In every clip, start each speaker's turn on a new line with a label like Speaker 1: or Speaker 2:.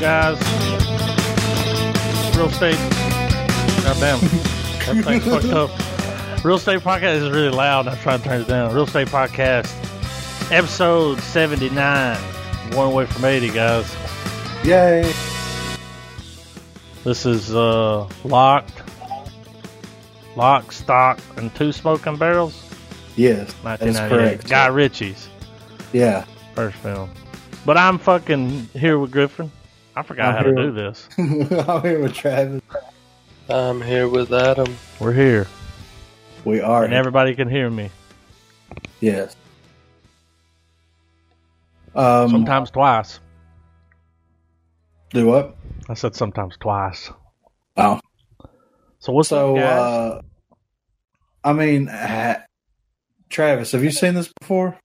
Speaker 1: guys. Real estate. Goddamn. that thing fucked up. Real estate podcast is really loud. I try to turn it down. Real estate podcast, episode seventy nine. One away from eighty, guys.
Speaker 2: Yay!
Speaker 1: This is uh, locked, lock, stock, and two smoking barrels.
Speaker 2: Yes, that is
Speaker 1: 1998.
Speaker 2: correct.
Speaker 1: Guy Ritchie's
Speaker 2: Yeah.
Speaker 1: first film. But I'm fucking here with Griffin. I forgot
Speaker 2: I'm
Speaker 1: how to
Speaker 2: here.
Speaker 1: do this.
Speaker 2: I'm here with Travis.
Speaker 3: I'm here with Adam.
Speaker 1: We're here,
Speaker 2: We are.
Speaker 1: and everybody can hear me.
Speaker 2: yes. Um,
Speaker 1: Sometimes twice.
Speaker 2: Do what?
Speaker 1: I said sometimes twice.
Speaker 2: Oh.
Speaker 1: So what's
Speaker 2: So,
Speaker 1: up, guys?
Speaker 2: uh, I mean, ha- Travis, have you seen this before?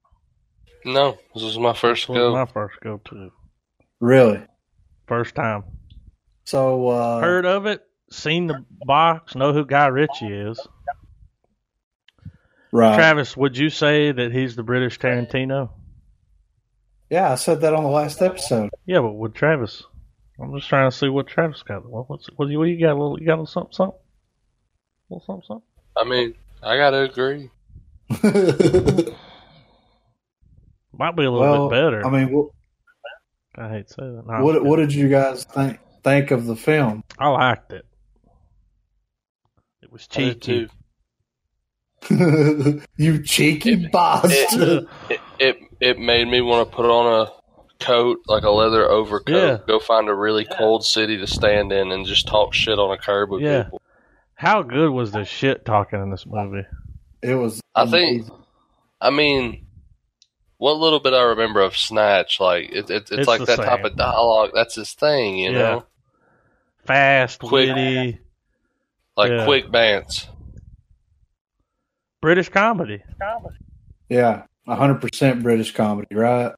Speaker 3: No, this is my first
Speaker 1: This was
Speaker 3: go.
Speaker 1: my first go to,
Speaker 2: Really?
Speaker 1: first time.
Speaker 2: So, uh,
Speaker 1: Heard of it? Seen the box? Know who Guy Ritchie is?
Speaker 2: right.
Speaker 1: Travis, would you say that he's the British Tarantino?
Speaker 2: yeah, I said that on the last episode.
Speaker 1: Yeah, but with Travis, I'm just trying to see what Travis got. What what's, what you, what you got? A little, you got a little something, something, a little something, something.
Speaker 3: I mean, I gotta agree.
Speaker 1: Might be a little
Speaker 2: well,
Speaker 1: bit better.
Speaker 2: I mean, what,
Speaker 1: I hate to say that. No,
Speaker 2: what, what did you guys think think of the film?
Speaker 1: I liked it. It was
Speaker 3: I did
Speaker 1: cheeky.
Speaker 3: too.
Speaker 2: you cheeky bastard!
Speaker 3: It, it it made me want to put on a coat, like a leather overcoat,
Speaker 1: Yeah.
Speaker 3: go find a really cold city to stand in and just talk shit on a curb with
Speaker 1: Yeah.
Speaker 3: people.
Speaker 1: How good was the shit talking in this movie?
Speaker 2: It was.
Speaker 3: I think- I mean, what little bit I remember of Snatch, like it, it, it's,
Speaker 1: It's
Speaker 3: like
Speaker 1: the
Speaker 3: that type
Speaker 1: same.
Speaker 3: of dialogue. That's his thing, you
Speaker 1: Yeah.
Speaker 3: know,
Speaker 1: Fast,
Speaker 3: Quick.
Speaker 1: witty,
Speaker 3: like
Speaker 1: Yeah.
Speaker 3: quick bants.
Speaker 1: British comedy.
Speaker 2: Yeah, hundred percent British comedy, right?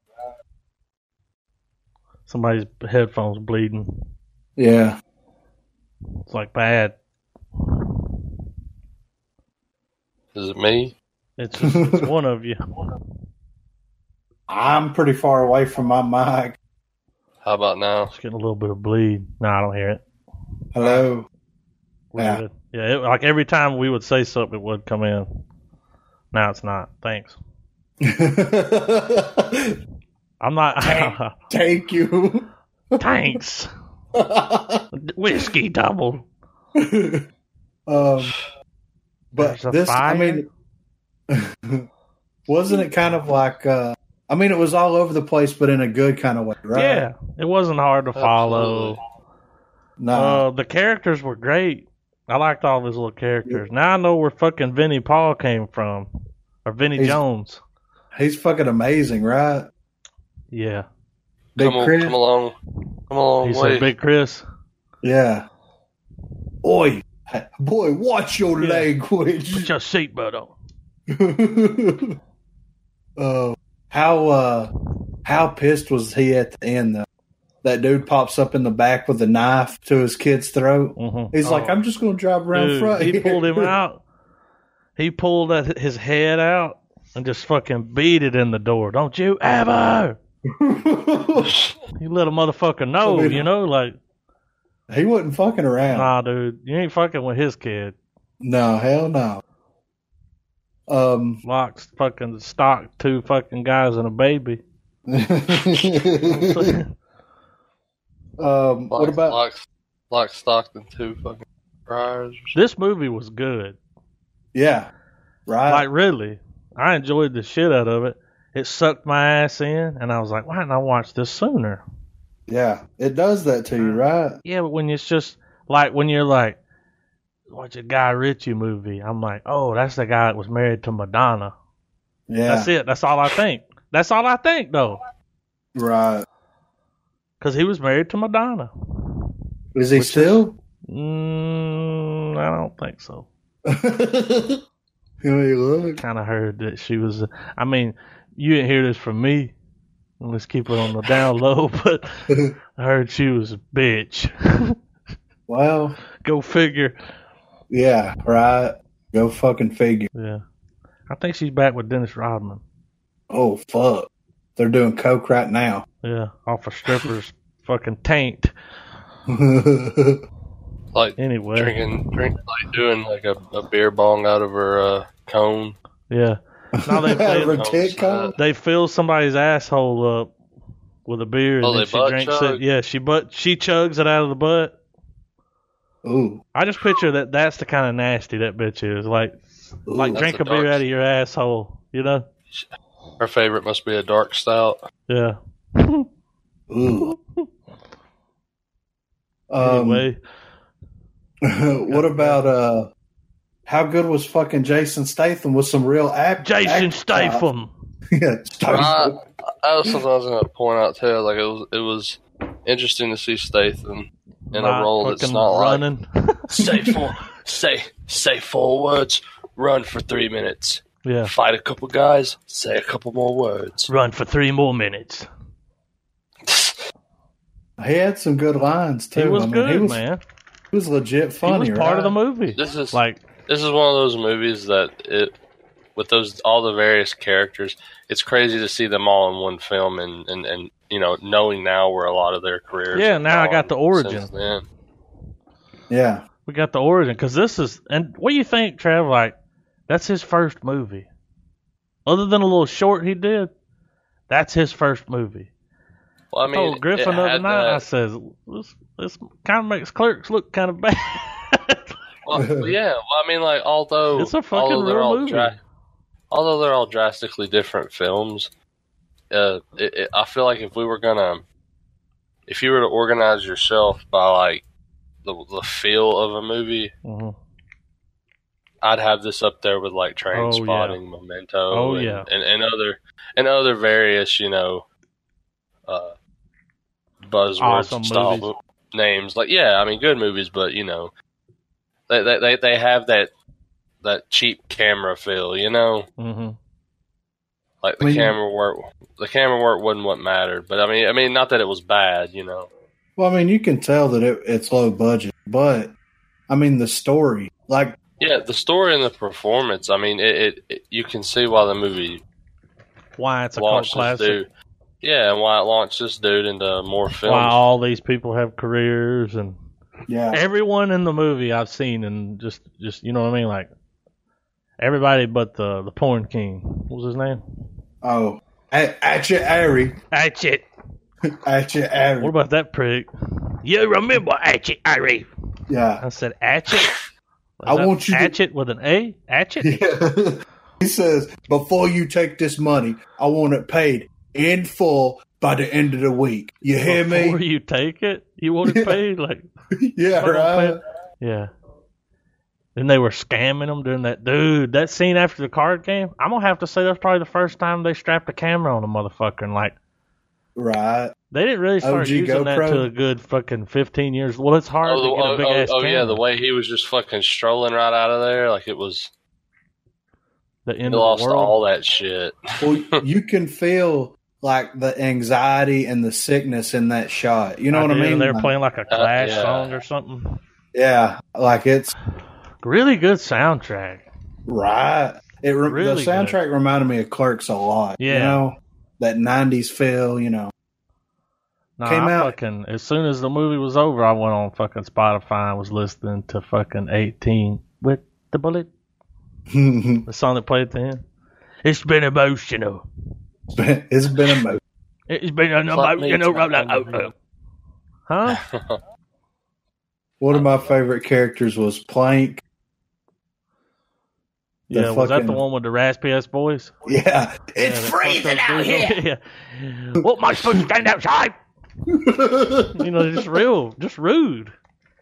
Speaker 1: Somebody's headphones bleeding.
Speaker 2: Yeah,
Speaker 1: It's like bad.
Speaker 3: Is it me?
Speaker 1: It's, it's one of you.
Speaker 2: I'm pretty far away from my mic.
Speaker 3: How about now?
Speaker 1: It's getting a little bit of bleed. No, I don't hear it.
Speaker 2: Hello.
Speaker 1: We're
Speaker 2: Yeah.
Speaker 1: good. Yeah. It, like every time we would say something, it would come in. Now it's not. Thanks. I'm not.
Speaker 2: Thank you.
Speaker 1: Thanks. Whiskey double.
Speaker 2: um, but
Speaker 1: There's a
Speaker 2: this,
Speaker 1: fire.
Speaker 2: I mean, wasn't it kind of like? Uh, I mean, it was all over the place, but in a good kind of way, right?
Speaker 1: Yeah. It wasn't hard to follow.
Speaker 3: Absolutely.
Speaker 2: No.
Speaker 1: Uh, the characters were great. I liked all his little characters. Now I know where fucking Vinnie Paul came from, or Vinnie
Speaker 2: He's-
Speaker 1: Jones.
Speaker 2: He's fucking amazing, right?
Speaker 1: Yeah,
Speaker 2: Big
Speaker 3: come, on,
Speaker 2: Chris.
Speaker 3: come along, come along.
Speaker 1: he's a big Chris.
Speaker 2: Yeah. Oi, boy, watch your
Speaker 1: Yeah. Put
Speaker 2: language.
Speaker 1: your seatbelt on.
Speaker 2: uh, how uh, how pissed was he at the end? Though that dude pops up in the back with a knife to his kid's throat.
Speaker 1: Mm-hmm.
Speaker 2: He's like,
Speaker 3: Oh.
Speaker 2: "I'm just going to drive around front."
Speaker 1: he
Speaker 2: here."
Speaker 1: pulled him out. He pulled that- his head out and just fucking beat it in the door. Don't you ever? You let a motherfucker know,
Speaker 2: I mean-
Speaker 1: you know, like,
Speaker 2: he wasn't fucking around.
Speaker 1: nah, dude, you ain't fucking with his kid.
Speaker 2: No, hell no. Um,
Speaker 1: Locks fucking stock two fucking guys and a baby.
Speaker 2: um, what
Speaker 3: Lock-
Speaker 2: about
Speaker 3: lock, lock Stockton two fucking fries?
Speaker 1: this movie was good.
Speaker 2: yeah? Right?
Speaker 1: like really, I enjoyed the shit out of it. It sucked my ass in, and I was like, why didn't I watch this sooner?
Speaker 2: yeah, it does that to you,
Speaker 1: Mm.
Speaker 2: right?
Speaker 1: Yeah, but when it's just like when you're like, watch a Guy Ritchie movie, I'm like, oh, that's the guy that was married to Madonna.
Speaker 2: Yeah,
Speaker 1: That's it. That's all I think. That's all I think though,
Speaker 2: right.
Speaker 1: because he was married to Madonna.
Speaker 2: Is he still?
Speaker 1: Mm, I don't think so.
Speaker 2: Here you look.
Speaker 1: Kind of heard that she was. I mean, you didn't hear this from me. Let's keep it on the down low, but I heard she was a bitch.
Speaker 2: Well,
Speaker 1: Go figure.
Speaker 2: yeah, right. Go fucking figure.
Speaker 1: Yeah. I think she's back with Dennis Rodman.
Speaker 2: Oh fuck, they're doing coke right now.
Speaker 1: Yeah. Off a stripper's fucking taint.
Speaker 3: Like
Speaker 1: Anyway,
Speaker 3: drinking, drink, like doing like a, a beer bong out of her uh, cone.
Speaker 1: yeah, No, they- they-
Speaker 2: Out of her
Speaker 3: Oh,
Speaker 2: tit
Speaker 3: shit.
Speaker 2: cone?
Speaker 1: they fill somebody's asshole up with a beer, and
Speaker 3: Oh,
Speaker 1: then
Speaker 3: they
Speaker 1: she
Speaker 3: butt
Speaker 1: drinks
Speaker 3: chug?
Speaker 1: it. Yeah, she but she chugs it out of the butt.
Speaker 2: Ooh.
Speaker 1: I just picture that. That's the kind of nasty that bitch is. Like, like
Speaker 2: Ooh.
Speaker 3: That's
Speaker 1: drink
Speaker 3: a
Speaker 1: a beer
Speaker 3: dark-
Speaker 1: out of your asshole. You know?
Speaker 3: Her favorite must be a dark stout.
Speaker 1: Yeah.
Speaker 2: Um, Ooh. Um,
Speaker 1: anyway,
Speaker 2: what about uh? How good was fucking Jason Statham with some real act?
Speaker 1: Jason
Speaker 2: act-
Speaker 1: Statham.
Speaker 2: yeah, Statham.
Speaker 3: Uh, I was something I was gonna point out too. Like it was, it was interesting to see Statham in
Speaker 1: Not
Speaker 3: a role that's
Speaker 1: fucking
Speaker 3: not like
Speaker 1: running.
Speaker 3: say four, say say four words, run for three minutes,
Speaker 1: yeah.
Speaker 3: fight a couple guys, say a couple more words.
Speaker 1: Run for three more minutes.
Speaker 2: He had some good lines too.
Speaker 1: He was
Speaker 2: I mean,
Speaker 1: good,
Speaker 2: he was,
Speaker 1: man.
Speaker 2: He was legit
Speaker 1: He
Speaker 2: funny.
Speaker 1: was part of the
Speaker 2: right?
Speaker 1: movie.
Speaker 3: This is
Speaker 1: Like,
Speaker 3: this is one of those movies that it with those all the various characters. It's crazy to see them all in one film, and and and you know knowing now where a lot of their careers.
Speaker 1: Yeah,
Speaker 3: have
Speaker 1: now I got
Speaker 3: gone
Speaker 1: the origin.
Speaker 3: since then.
Speaker 2: Yeah,
Speaker 1: we got the origin because this is. And what do you think, Trav? Like, that's his first movie. Other than a little short he did, that's his first movie.
Speaker 3: Well, I
Speaker 1: Oh,
Speaker 3: mean, it
Speaker 1: Griffin the other
Speaker 3: had
Speaker 1: night,
Speaker 3: that-
Speaker 1: I says, this, this kind of makes clerks look kind of bad.
Speaker 3: Well, yeah, well, I mean, like although
Speaker 1: It's a fucking
Speaker 3: although they're
Speaker 1: real
Speaker 3: all
Speaker 1: movie.
Speaker 3: although they're all drastically different films, uh, it, it, I feel like if we were gonna, if you were to organize yourself by like the the feel of a movie,
Speaker 1: Mhm.
Speaker 3: I'd have this up there with like
Speaker 1: Oh, yeah.
Speaker 3: Train Spotting, Memento,
Speaker 1: Oh,
Speaker 3: and,
Speaker 1: yeah.
Speaker 3: and and other and other various you know, uh, buzzword
Speaker 1: Awesome
Speaker 3: style
Speaker 1: movies.
Speaker 3: names. Like yeah, I mean good movies, but you know, they they they, they have that that cheap camera feel, you know,
Speaker 1: hmm
Speaker 3: like the
Speaker 2: Well, you-
Speaker 3: camera work. The camera work wasn't what mattered, but I mean, I mean, not that it was bad, you know.
Speaker 2: well, I mean, you can tell that it, it's low budget, but I mean, the story, like,
Speaker 3: Yeah, the story and the performance. I mean, it, it, it you can see why the movie
Speaker 1: Why it's a cult
Speaker 3: launched
Speaker 1: classic.
Speaker 3: this dude. Yeah, and why it launched this dude into more films.
Speaker 1: Why all these people have careers and
Speaker 2: yeah,
Speaker 1: everyone in the movie I've seen and just just you know what I mean like everybody but the the porn king. What was his name?
Speaker 2: oh, A- Atcha Ari,
Speaker 1: Hatchet.
Speaker 2: Atcha Ari,
Speaker 1: What about that prick? You remember Hatchet Ari?
Speaker 2: yeah,
Speaker 1: I said Hatchet.
Speaker 2: I want you to-
Speaker 1: Hatchet with an A. Hatchet.
Speaker 2: yeah. he says, "Before you take this money, I want it paid in full by the end of the week." You hear
Speaker 1: Before
Speaker 2: me?
Speaker 1: you take it, you want to
Speaker 2: Yeah.
Speaker 1: pay like
Speaker 2: yeah,
Speaker 1: Hold on,
Speaker 2: right.
Speaker 1: play it. Yeah. Then they were scamming them during that dude. That scene after the card game, I'm gonna have to say that's probably the first time they strapped a camera on a motherfucker. And like
Speaker 2: Right.
Speaker 1: they didn't really start
Speaker 2: OG
Speaker 1: using that
Speaker 2: GoPro?
Speaker 1: to a good fucking 15 years. Well, it's hard
Speaker 3: Oh, the,
Speaker 1: to get
Speaker 3: oh,
Speaker 1: a big ass
Speaker 3: oh, oh,
Speaker 1: camera.
Speaker 3: yeah, the way he was just fucking strolling right out of there, like it was
Speaker 1: the
Speaker 3: he
Speaker 1: end of
Speaker 3: lost
Speaker 1: the world.
Speaker 3: all that shit.
Speaker 2: Well, you can feel like the anxiety and the sickness in that shot. You know what I
Speaker 1: did,
Speaker 2: mean?
Speaker 1: They were
Speaker 2: Like,
Speaker 1: playing like a Clash
Speaker 3: Uh, yeah.
Speaker 1: song or something.
Speaker 2: yeah, like it's
Speaker 1: Really good soundtrack.
Speaker 2: right. It re-
Speaker 1: Really
Speaker 2: the soundtrack reminded me of Clerks a lot.
Speaker 1: Yeah.
Speaker 2: you know that '90s feel. You know,
Speaker 1: Nah,
Speaker 2: Came
Speaker 1: I
Speaker 2: out-
Speaker 1: fucking as soon as the movie was over, I went on fucking Spotify and was listening to fucking 18 with the bullet.
Speaker 2: it's
Speaker 1: the song that played at the end. It's been emotional.
Speaker 2: been it's been a mo-
Speaker 1: It's been an
Speaker 3: Fuck
Speaker 1: emotional
Speaker 3: me, it's not
Speaker 1: roller
Speaker 3: gonna be
Speaker 1: coaster. Huh?
Speaker 2: One of my favorite characters was Plank. The
Speaker 1: yeah, Uh, was that the
Speaker 2: fucking-
Speaker 1: one with the raspy ass voice?
Speaker 2: Yeah,
Speaker 1: Yeah, that
Speaker 2: it's
Speaker 1: fucked up dude. yeah. What am I supposed to stand outside? You know, just real, just rude.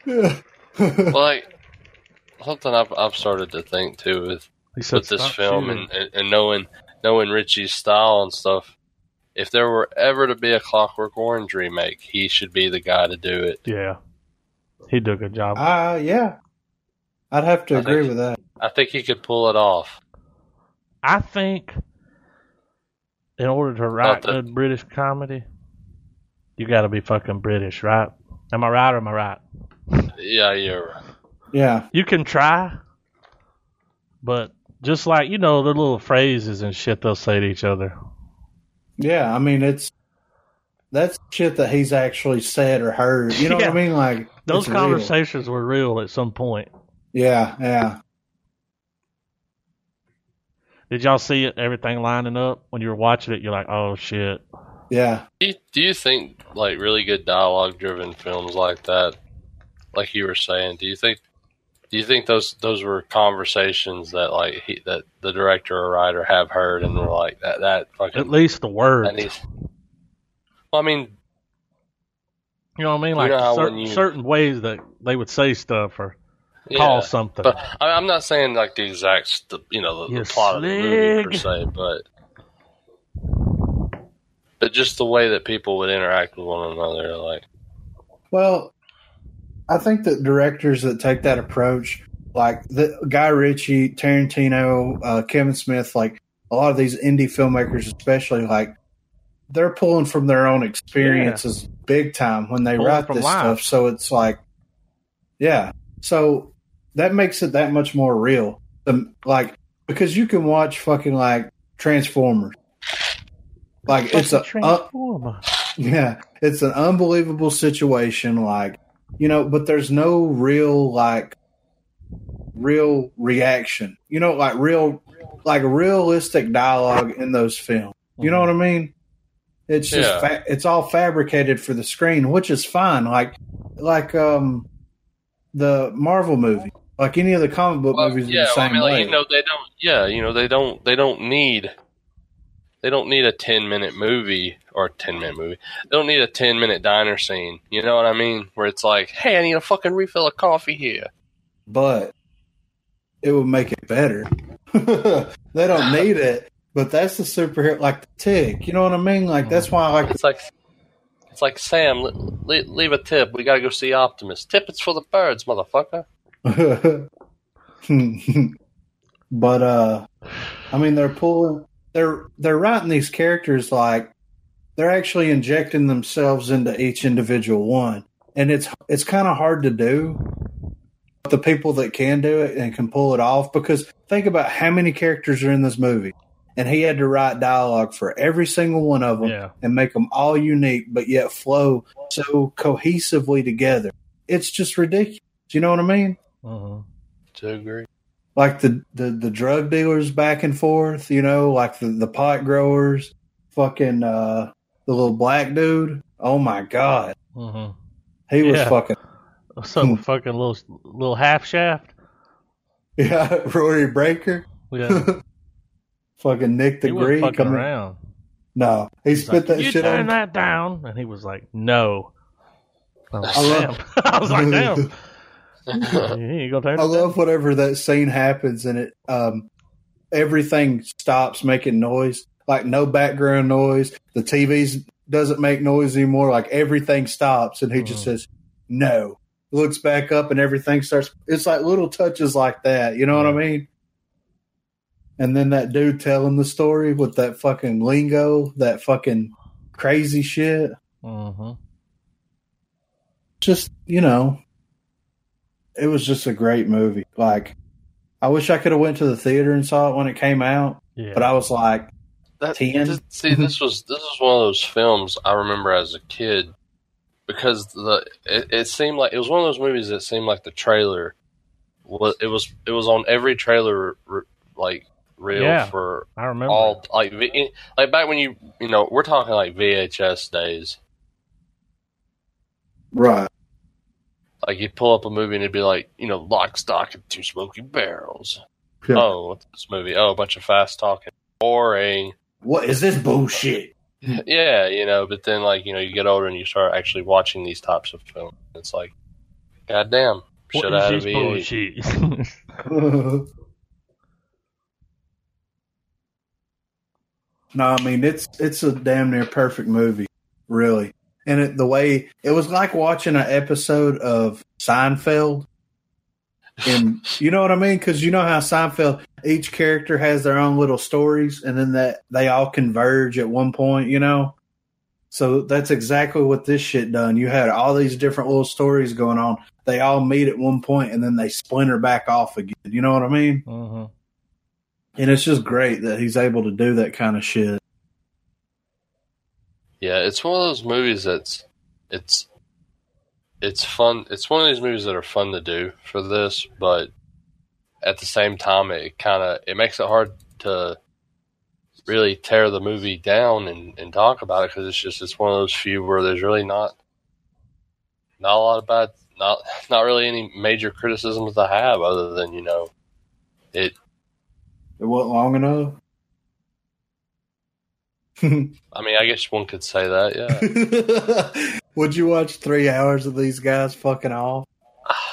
Speaker 3: Well, like something I've, I've started to think too with
Speaker 1: He said,
Speaker 3: with this
Speaker 1: "Stop
Speaker 3: film
Speaker 1: shooting."
Speaker 3: and, and, and knowing knowing Richie's style and stuff. If there were ever to be a Clockwork Orange remake, he should be the guy to do it.
Speaker 1: yeah, he did a good job.
Speaker 2: Ah, yeah. I'd have to
Speaker 3: I
Speaker 2: agree
Speaker 3: think-
Speaker 2: with that.
Speaker 3: I think he could pull it off.
Speaker 1: I think in order to write
Speaker 3: that-
Speaker 1: good British comedy, you got to be fucking British, right? Am I right or am I right?
Speaker 3: Yeah, you're right.
Speaker 2: Yeah,
Speaker 1: you can try, but just like you know the little phrases and shit they'll say to each other.
Speaker 2: yeah. I mean, it's that's shit that he's actually said or heard. You know
Speaker 1: Yeah.
Speaker 2: what I mean? Like
Speaker 1: Those
Speaker 2: it's real.
Speaker 1: conversations were real at some point.
Speaker 2: Yeah, yeah.
Speaker 1: Did y'all see it, everything lining up when you were watching it? You're like, oh shit.
Speaker 2: Yeah.
Speaker 3: Do you, do you think like really good dialogue driven films like that, like you were saying, do you think do you think those those were conversations that like he, that the director or writer have heard and were like that that
Speaker 1: At
Speaker 3: fucking
Speaker 1: least the words.
Speaker 3: that needs. Well, I mean,
Speaker 1: you know what I mean?
Speaker 3: You
Speaker 1: Like
Speaker 3: know how
Speaker 1: certain,
Speaker 3: when you-
Speaker 1: certain ways that they would say stuff or
Speaker 3: yeah,
Speaker 1: call something.
Speaker 3: but I, I'm not saying like the exact st- you know the,
Speaker 1: You
Speaker 3: the plot of the movie per
Speaker 1: slig.
Speaker 3: se, but but just the way that people would interact with one another, like
Speaker 2: Well, I think that directors that take that approach, like the Guy Ritchie, Tarantino, uh, Kevin Smith, like a lot of these indie filmmakers, especially, like they're pulling from their own experiences big time when they
Speaker 1: Pulling
Speaker 2: write
Speaker 1: from
Speaker 2: this
Speaker 1: life.
Speaker 2: stuff. So it's like, yeah. So that makes it that much more real. Um, like because you can watch fucking like Transformers. Like it's a
Speaker 1: Fucking
Speaker 2: uh,
Speaker 1: transformer.
Speaker 2: yeah, it's an unbelievable situation. Like, you know, but there's no real, like, real reaction. You know, like real, like realistic dialogue in those films. You know
Speaker 1: Mm-hmm.
Speaker 2: what I mean? It's just,
Speaker 3: Mm-hmm. Yeah.
Speaker 2: fa- it's all fabricated for the screen, which is fine. Like, like, um, the Marvel movie, like any of the comic book
Speaker 3: Well,
Speaker 2: movies, are
Speaker 3: yeah,
Speaker 2: the
Speaker 3: well,
Speaker 2: same
Speaker 3: I mean,
Speaker 2: way.
Speaker 3: like, you know, they don't. Yeah, you know, they don't. They don't need. They don't need a ten minute movie or a ten minute movie. They don't need a ten minute diner scene. You know what I mean? Where it's like, hey, I need a fucking refill of coffee here.
Speaker 2: but it would make it better. they don't need it, but that's the superhero, like the tick. You know what I mean? Like that's why I like.
Speaker 3: It's like, it's like Sam, le- le- leave a tip. We gotta go see Optimus. Tip it's for the birds, motherfucker.
Speaker 2: but uh, I mean, they're pulling, they're they're writing these characters like they're actually injecting themselves into each individual one, and it's it's kind of hard to do. But the people that can do it and can pull it off, because think about how many characters are in this movie, and he had to write dialogue for every single one of them
Speaker 1: Yeah.
Speaker 2: and make them all unique, but yet flow so cohesively together. It's just ridiculous. Do you know what I mean?
Speaker 1: Mhm.
Speaker 3: To agree.
Speaker 2: like the, the, the drug dealers back and forth, you know, like the, the pot growers, fucking uh, the little black dude. Oh my God.
Speaker 1: Mhm.
Speaker 2: He was
Speaker 1: Yeah.
Speaker 2: fucking,
Speaker 1: Some fucking little little half shaft.
Speaker 2: yeah, Rory Breaker,
Speaker 1: Yeah,
Speaker 2: fucking Nick the
Speaker 1: he was
Speaker 2: Greek.
Speaker 1: fucking
Speaker 2: I mean,
Speaker 1: around.
Speaker 2: No, he
Speaker 1: He's
Speaker 2: spit
Speaker 1: like,
Speaker 2: that
Speaker 1: you
Speaker 2: shit
Speaker 1: turn
Speaker 2: on.
Speaker 1: that down, and he was like, "No." I was, like,
Speaker 3: I
Speaker 2: love-
Speaker 1: damn. I was like, "Damn, you ain't gonna turn
Speaker 2: I
Speaker 1: it down."
Speaker 2: love whatever that scene happens and it, um, everything stops making noise, like no background noise. The TV's doesn't make noise anymore. Like everything stops and he just
Speaker 1: Mhm.
Speaker 2: says, no, looks back up and everything starts. It's like little touches like that. You know what I mean? And then that dude telling the story with that fucking lingo, that fucking crazy shit.
Speaker 1: Mhm.
Speaker 2: Just, you know, it was just a great movie. Like, I wish I could have went to the theater and saw it when it came out.
Speaker 1: Yeah.
Speaker 2: But I was like,
Speaker 3: That,
Speaker 2: Ten.
Speaker 3: th- see, this was this was one of those films I remember as a kid because the it, it seemed like it was one of those movies that seemed like the trailer was it was it was on every trailer re, like reel
Speaker 1: Yeah.
Speaker 3: for
Speaker 1: I remember.
Speaker 3: all like V- like back when you you know we're talking like VHS days.
Speaker 2: right.
Speaker 3: Like you'd pull up a movie and it'd be like you know Lock, Stock, and Two Smoking Barrels.
Speaker 2: Yeah.
Speaker 3: Oh, what's this movie? Oh, a bunch of fast talking, boring.
Speaker 2: What is this bullshit?
Speaker 1: Mm-hmm.
Speaker 3: Yeah, you know, but then like you know, you get older and you start actually watching these types of films. It's like, goddamn,
Speaker 1: What
Speaker 3: should
Speaker 1: is
Speaker 3: I
Speaker 1: this
Speaker 3: have been?
Speaker 1: bullshit?
Speaker 2: no, I mean it's it's a damn near perfect movie, really. And it, the way it was like watching an episode of Seinfeld. And you know what I mean? Because you know how Seinfeld, each character has their own little stories, and then that they all converge at one point. You know, so that's exactly what this shit done. You had all these different little stories going on. They all meet at one point, and then they splinter back off again. You know what I mean?
Speaker 1: Mhm.
Speaker 2: And it's just great that he's able to do that kind of shit.
Speaker 3: Yeah, it's one of those movies that's it's it's fun. It's one of these movies that are fun to do for this, but at the same time, it kind of it makes it hard to really tear the movie down and, and talk about it because it's just it's one of those few where there's really not not a lot of bad not not really any major criticisms to have other than you know it
Speaker 2: It wasn't long enough.
Speaker 3: I mean I guess one could say that yeah
Speaker 2: Would you watch three hours of these guys fucking off?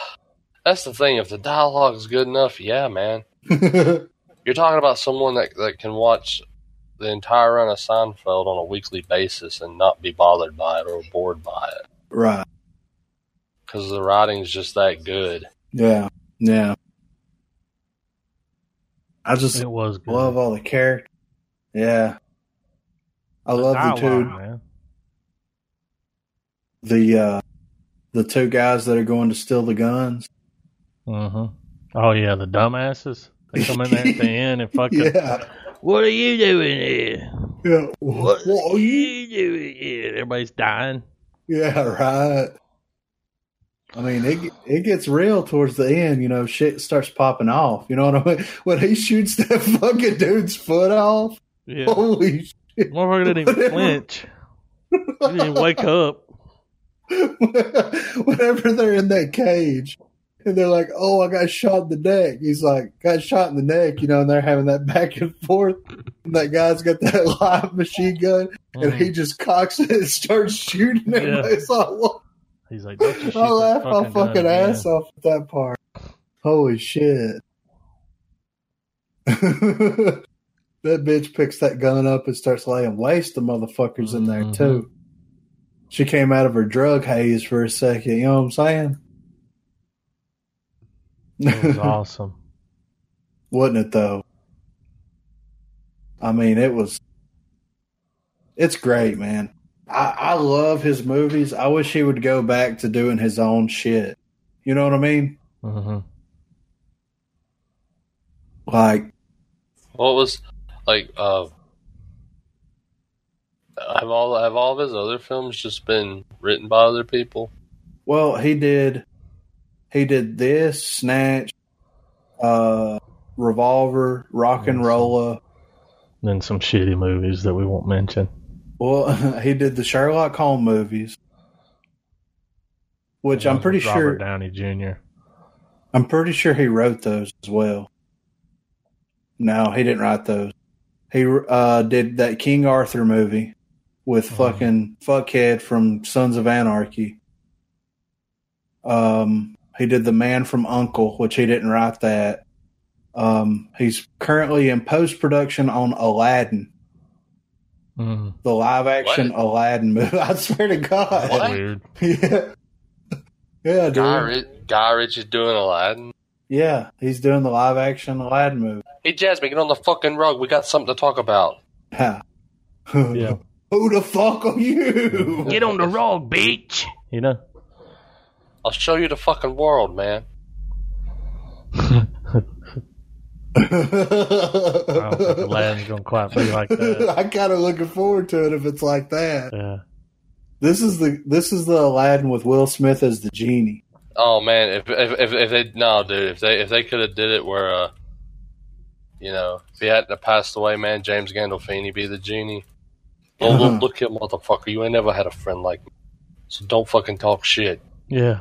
Speaker 3: that's the thing if the dialogue is good enough yeah man you're talking about someone that that can watch the entire run of Seinfeld on a weekly basis and not be bothered by it or bored by it
Speaker 2: right.
Speaker 3: because the writing's just that good
Speaker 2: Yeah. Yeah. I just
Speaker 1: It was good.
Speaker 2: love all the characters. Yeah. I love the
Speaker 1: Dialogue,
Speaker 2: two
Speaker 1: man.
Speaker 2: the uh the two guys that are going to steal the guns.
Speaker 1: Mhm. Oh yeah, the dumbasses. They come in there at the end and fucking.
Speaker 2: Yeah.
Speaker 1: What are you doing here?
Speaker 2: Yeah.
Speaker 1: What,
Speaker 2: What
Speaker 1: are
Speaker 2: are Oh, you
Speaker 1: you doing here? Everybody's dying.
Speaker 2: Yeah, right. I mean, it it gets real towards the end. You know, shit starts popping off. You know what I mean? When he shoots that fucking dude's foot off,
Speaker 1: Yeah,
Speaker 2: holy shit!
Speaker 1: motherfucker didn't even
Speaker 2: Whatever.
Speaker 1: flinch. He didn't even wake up.
Speaker 2: Whenever they're in that cage and they're like, "Oh, I got shot in the neck," he's like, "Got shot in the neck," you know, and they're having that back and forth. And that guy's got that live machine gun, and he just cocks it and starts shooting.
Speaker 1: Mm. Yeah.
Speaker 2: Everybody's like, "What
Speaker 1: Mm-hmm. He's like, don't you shoot
Speaker 2: I
Speaker 1: that
Speaker 2: laugh my
Speaker 1: gun
Speaker 2: fucking
Speaker 1: again.
Speaker 2: ass off at that part. Holy shit. that bitch picks that gun up and starts laying waste to motherfuckers in there,
Speaker 1: Mhm.
Speaker 2: too. She came out of her drug haze for a second. You know what I'm
Speaker 1: It was
Speaker 2: saying?
Speaker 1: awesome.
Speaker 2: Wouldn't it, though? I mean, it was. It's great, man. I, I love his movies. I wish he would go back to doing his own shit. You know what I mean?
Speaker 1: hmm
Speaker 2: Like,
Speaker 3: What was like? Uh, have all have all of his other films just been written by other people?
Speaker 2: well, he did, he did this snatch, uh, revolver, rock and roller.
Speaker 1: Then some shitty movies that we won't mention.
Speaker 2: Well, he did the Sherlock Holmes movies, which I'm
Speaker 1: With
Speaker 2: pretty
Speaker 1: Robert
Speaker 2: sure
Speaker 1: Downey Jr.
Speaker 2: I'm pretty sure he wrote those as well. No, he didn't write those. He uh, did that King Arthur movie with
Speaker 1: Mhm.
Speaker 2: fucking fuckhead from Sons of Anarchy. Um, he did the Man from Uncle, which he didn't write that. Um, he's currently in post production on Aladdin,
Speaker 1: Mm,
Speaker 2: the live action
Speaker 3: What?
Speaker 2: Aladdin movie. I swear to God,
Speaker 3: What?
Speaker 1: weird.
Speaker 2: yeah, yeah, dude.
Speaker 3: Guy, Ri- Guy Ritchie doing Aladdin.
Speaker 2: Yeah, he's doing the live action Aladdin movie.
Speaker 3: Hey Jasmine, get on the fucking rug. We got something to talk about.
Speaker 2: Yeah.
Speaker 1: Yeah.
Speaker 2: Who the fuck are you?
Speaker 1: Get on the wrong beach. You know,
Speaker 3: I'll show you the fucking world, man.
Speaker 1: Oh, I don't think Aladdin's gonna quite be like that.
Speaker 2: I kind of looking forward to it if it's like that.
Speaker 1: Yeah.
Speaker 2: This is the this is the Aladdin with Will Smith as the genie.
Speaker 3: Oh man, if if if, if they no, dude, if they if they could have did it where uh, you know, if he hadn't have passed away, man, James Gandolfini be the genie. Oh look, look here, motherfucker, you ain't never had a friend like me, so don't fucking talk shit.
Speaker 1: Yeah.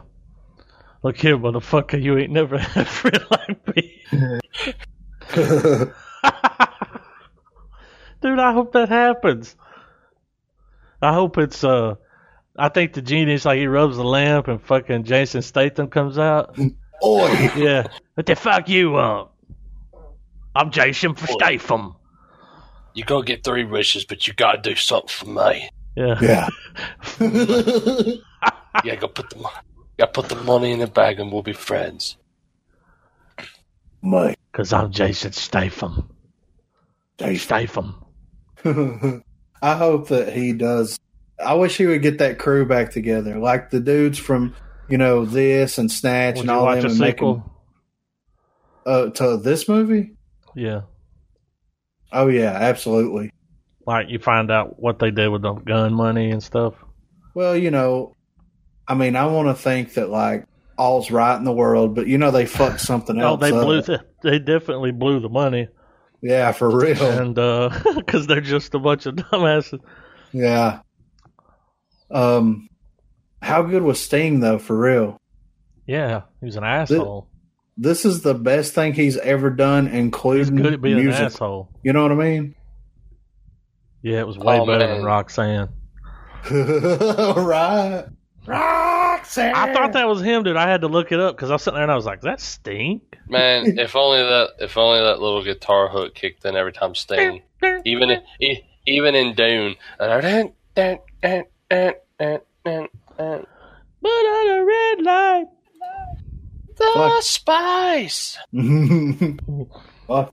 Speaker 1: Look here, motherfucker, you ain't never had a friend like me. Dude, I hope that happens. I hope it's uh I think the genius like he rubs the lamp and fucking Jason Statham comes out.
Speaker 2: Oi,
Speaker 1: Yeah. what the fuck you want? I'm Jason Statham.
Speaker 3: You go get three wishes, but you gotta do something for me.
Speaker 1: Yeah.
Speaker 2: yeah.
Speaker 3: Yeah, go put the money. Gotta put the money in the bag, and we'll be friends.
Speaker 2: Mike.
Speaker 1: Cause I'm Jason Statham. Statham.
Speaker 2: I hope that he does. I wish he would get that crew back together, like the dudes from you know this and Snatch
Speaker 1: Would
Speaker 2: and
Speaker 1: you
Speaker 2: all
Speaker 1: watch
Speaker 2: them,
Speaker 1: a
Speaker 2: and make
Speaker 1: sequel?
Speaker 2: them uh, to this movie.
Speaker 1: Yeah.
Speaker 2: Oh yeah, absolutely.
Speaker 1: Like you find out what they did with the gun money and stuff.
Speaker 2: Well, you know, I mean, I want to think that like all's right in the world, but you know they fucked something
Speaker 1: No,
Speaker 2: else.
Speaker 1: Oh, they
Speaker 2: up.
Speaker 1: blew. The, they definitely blew the money,
Speaker 2: Yeah, uh, for real.
Speaker 1: and because they're just a bunch of dumbasses.
Speaker 2: Yeah. Um, how good was Sting though? For real,
Speaker 1: Yeah, he was an asshole.
Speaker 2: this is the best thing he's ever done,
Speaker 1: He's
Speaker 2: including
Speaker 1: good at being an
Speaker 2: music.
Speaker 1: asshole.
Speaker 2: You know what I mean?
Speaker 1: Yeah, it was way
Speaker 3: Oh,
Speaker 1: better
Speaker 3: man.
Speaker 1: than Roxanne.
Speaker 2: right. Roxanne.
Speaker 1: I thought that was him, dude. I had to look it up because I was sitting there and I was like, "That stink."
Speaker 3: Man, if only that if only that little guitar hook kicked in every time Sting, even in, e- even in Dune. Uh, Dun, dun, dun, dun, dun, dun, dun.
Speaker 1: But on a red light.
Speaker 3: The
Speaker 2: Fuck.
Speaker 3: spice.
Speaker 2: Fuck.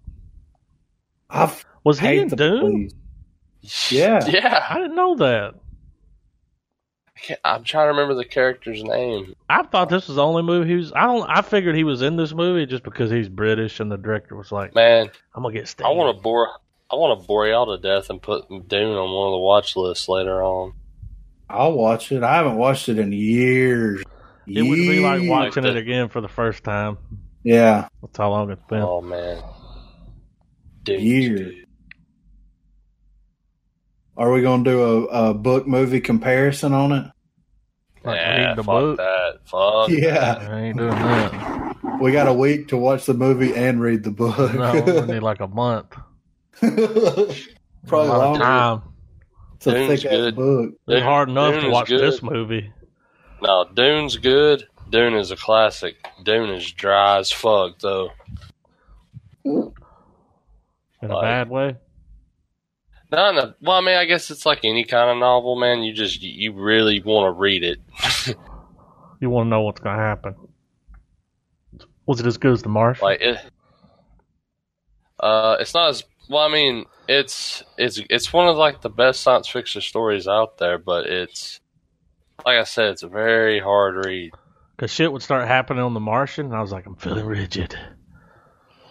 Speaker 2: I f-
Speaker 1: Was he
Speaker 2: hate
Speaker 1: in
Speaker 2: the
Speaker 1: Dune?
Speaker 2: police. Yeah.
Speaker 1: I
Speaker 3: Yeah,
Speaker 1: didn't know that.
Speaker 3: I can't- I'm trying to remember the character's name.
Speaker 1: I thought this was the only movie he was. I don't. I figured he was in this movie just because he's British and the director was like,
Speaker 3: Man,
Speaker 1: "I'm gonna get Sting."
Speaker 3: I want to bore I want to bore y'all to death and put Dune on one of the watch lists later on.
Speaker 2: I'll watch it. I haven't watched it in years.
Speaker 1: It would be like
Speaker 2: Years.
Speaker 1: watching it
Speaker 3: that.
Speaker 1: again for the first time.
Speaker 2: Yeah.
Speaker 1: That's how long it's been.
Speaker 3: Oh man, Dune.
Speaker 2: Years. Are we going to do a, a book movie comparison on it?
Speaker 1: Like,
Speaker 3: yeah,
Speaker 1: read the
Speaker 3: fuck
Speaker 1: book.
Speaker 3: that. Fuck.
Speaker 2: Yeah.
Speaker 1: I ain't doing that.
Speaker 2: We got a week to watch the movie and read the book.
Speaker 1: No, I need like a month.
Speaker 2: Probably
Speaker 1: a lot of
Speaker 2: longer.
Speaker 1: time.
Speaker 2: It's a
Speaker 3: Dune's
Speaker 2: thick ass
Speaker 3: good.
Speaker 2: book.
Speaker 1: It's
Speaker 3: Dune-
Speaker 1: hard enough
Speaker 3: Dune
Speaker 1: to
Speaker 3: is
Speaker 1: watch
Speaker 3: good.
Speaker 1: this movie.
Speaker 3: No, Dune's good. Dune is a classic. Dune is dry as fuck though.
Speaker 1: In a
Speaker 3: Like-
Speaker 1: bad way.
Speaker 3: No, no. Well, I mean, I guess it's like any kind of novel, man. You just you really want to read it.
Speaker 1: You want to know what's going to happen. Was it as good as The Martian?
Speaker 3: Like it. Uh, it's not as well. I mean, it's it's it's one of like the best science fiction stories out there, but it's like I said, it's a very hard read.
Speaker 1: Because shit would start happening on The Martian, and I was like, I'm feeling rigid.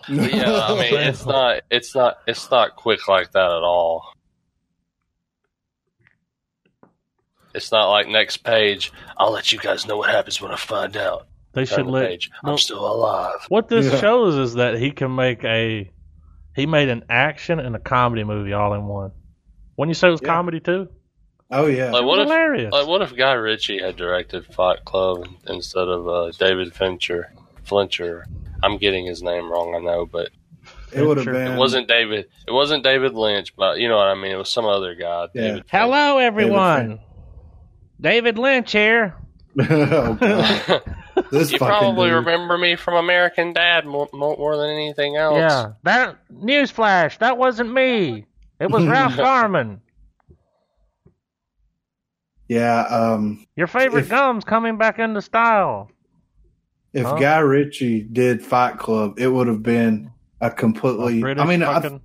Speaker 3: But yeah, I mean, it's not, it's not, it's not quick like that at all. It's not like next page. I'll let you guys know what happens when I find out.
Speaker 1: They
Speaker 3: Turn
Speaker 1: should
Speaker 3: the
Speaker 1: let.
Speaker 3: page.
Speaker 1: no.
Speaker 3: I'm still alive.
Speaker 1: What this
Speaker 2: Yeah.
Speaker 1: shows is that he can make a. He made an action and a comedy movie all in one. When you say it was
Speaker 2: Yeah.
Speaker 1: comedy too,
Speaker 2: oh yeah.
Speaker 3: Like what if,
Speaker 1: hilarious.
Speaker 3: like what if Guy Ritchie had directed Fight Club instead of uh, David Fincher? Flincher. I'm getting his name wrong. I know, but
Speaker 2: It would have
Speaker 1: Sure.
Speaker 2: been.
Speaker 3: it wasn't David. It wasn't David Lynch, but you know what I mean. It was some other guy.
Speaker 2: Yeah.
Speaker 3: David
Speaker 1: Hello,
Speaker 2: everyone.
Speaker 1: David Lynch here.
Speaker 2: Oh, God.
Speaker 3: Fincher.
Speaker 2: this
Speaker 3: You
Speaker 2: fucking
Speaker 3: probably
Speaker 2: dude.
Speaker 3: remember me from American Dad more, more, more than anything else.
Speaker 1: Yeah, that newsflash. That wasn't me. It was Ralph Garman.
Speaker 2: Yeah. Um,
Speaker 1: Your favorite
Speaker 2: If-
Speaker 1: gum's coming back into style.
Speaker 2: if
Speaker 1: Huh?
Speaker 2: Guy Ritchie did Fight Club, it would have been a completely. I mean, I,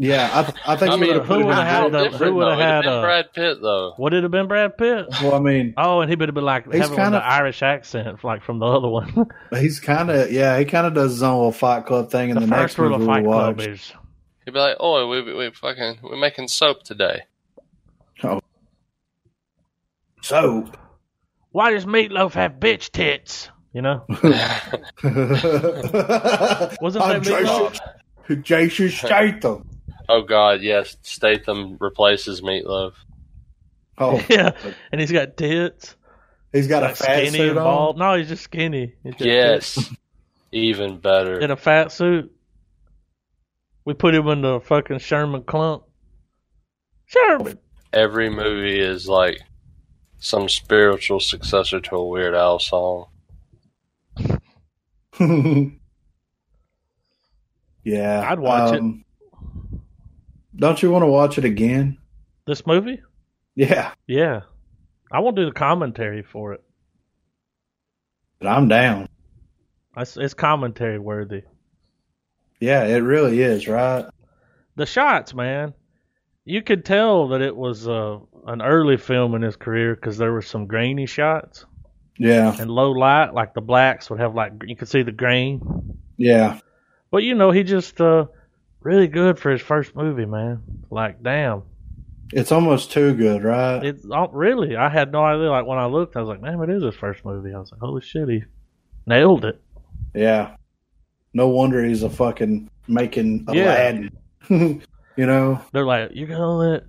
Speaker 2: yeah. I, I think
Speaker 3: I
Speaker 2: you would
Speaker 3: mean,
Speaker 2: have put
Speaker 1: who
Speaker 2: it in.
Speaker 1: would have had
Speaker 3: how
Speaker 2: Had
Speaker 1: the-
Speaker 3: different,
Speaker 1: who would've
Speaker 3: though? It'd
Speaker 1: had,
Speaker 3: been
Speaker 1: uh,
Speaker 3: Brad Pitt though.
Speaker 1: would it have been Brad Pitt?
Speaker 2: well, I mean,
Speaker 1: Oh, and he would have been like
Speaker 2: He's
Speaker 1: having kind
Speaker 2: kinda-
Speaker 1: of, the Irish accent, like from the other one.
Speaker 2: he's kind of yeah. He kind of does his own little Fight Club thing in
Speaker 1: the
Speaker 2: the, next
Speaker 1: first rule
Speaker 2: movie
Speaker 1: of
Speaker 2: we
Speaker 1: Fight Club
Speaker 2: watch.
Speaker 1: is
Speaker 3: He'd be like, "Oh, we we fucking we're making soap today."
Speaker 2: So
Speaker 1: why does Meatloaf have bitch tits? You know,
Speaker 2: wasn't
Speaker 1: Wasn't that Big
Speaker 2: Jason Statham?
Speaker 3: oh God, yes. Statham replaces Meatloaf.
Speaker 2: Oh,
Speaker 1: yeah, and he's got tits,
Speaker 2: he's got a
Speaker 1: like
Speaker 2: fat
Speaker 1: skinny
Speaker 2: suit
Speaker 1: and
Speaker 2: on.
Speaker 1: bald. No, he's just skinny. He's just
Speaker 3: Yes, even better.
Speaker 1: in a fat suit. We put him in the fucking Sherman clump. Sherman.
Speaker 3: Every movie is like some spiritual successor to a Weird Al song.
Speaker 2: yeah,
Speaker 1: I'd watch it.
Speaker 2: it. Don't you want to watch it again?
Speaker 1: This movie?
Speaker 2: Yeah,
Speaker 1: Yeah. I won't do the commentary for it.
Speaker 2: but I'm down.
Speaker 1: It's, it's commentary worthy.
Speaker 2: Yeah, it really is, right?
Speaker 1: The shots, man. You could tell that it was uh, an early film in his career because there were some grainy shots
Speaker 2: Yeah,
Speaker 1: and low light, like the blacks would have like you could see the grain.
Speaker 2: yeah,
Speaker 1: But you know, he just uh, really good for his first movie, man. Like, damn,
Speaker 2: It's almost too good, right?
Speaker 1: it's oh, really. I had no idea. Like when I looked, I was like, damn, it is his first movie. I was like, holy shit, he nailed it.
Speaker 2: yeah. No wonder he's a fucking making
Speaker 1: Yeah.
Speaker 2: Aladdin. you know?
Speaker 1: They're like, you're gonna let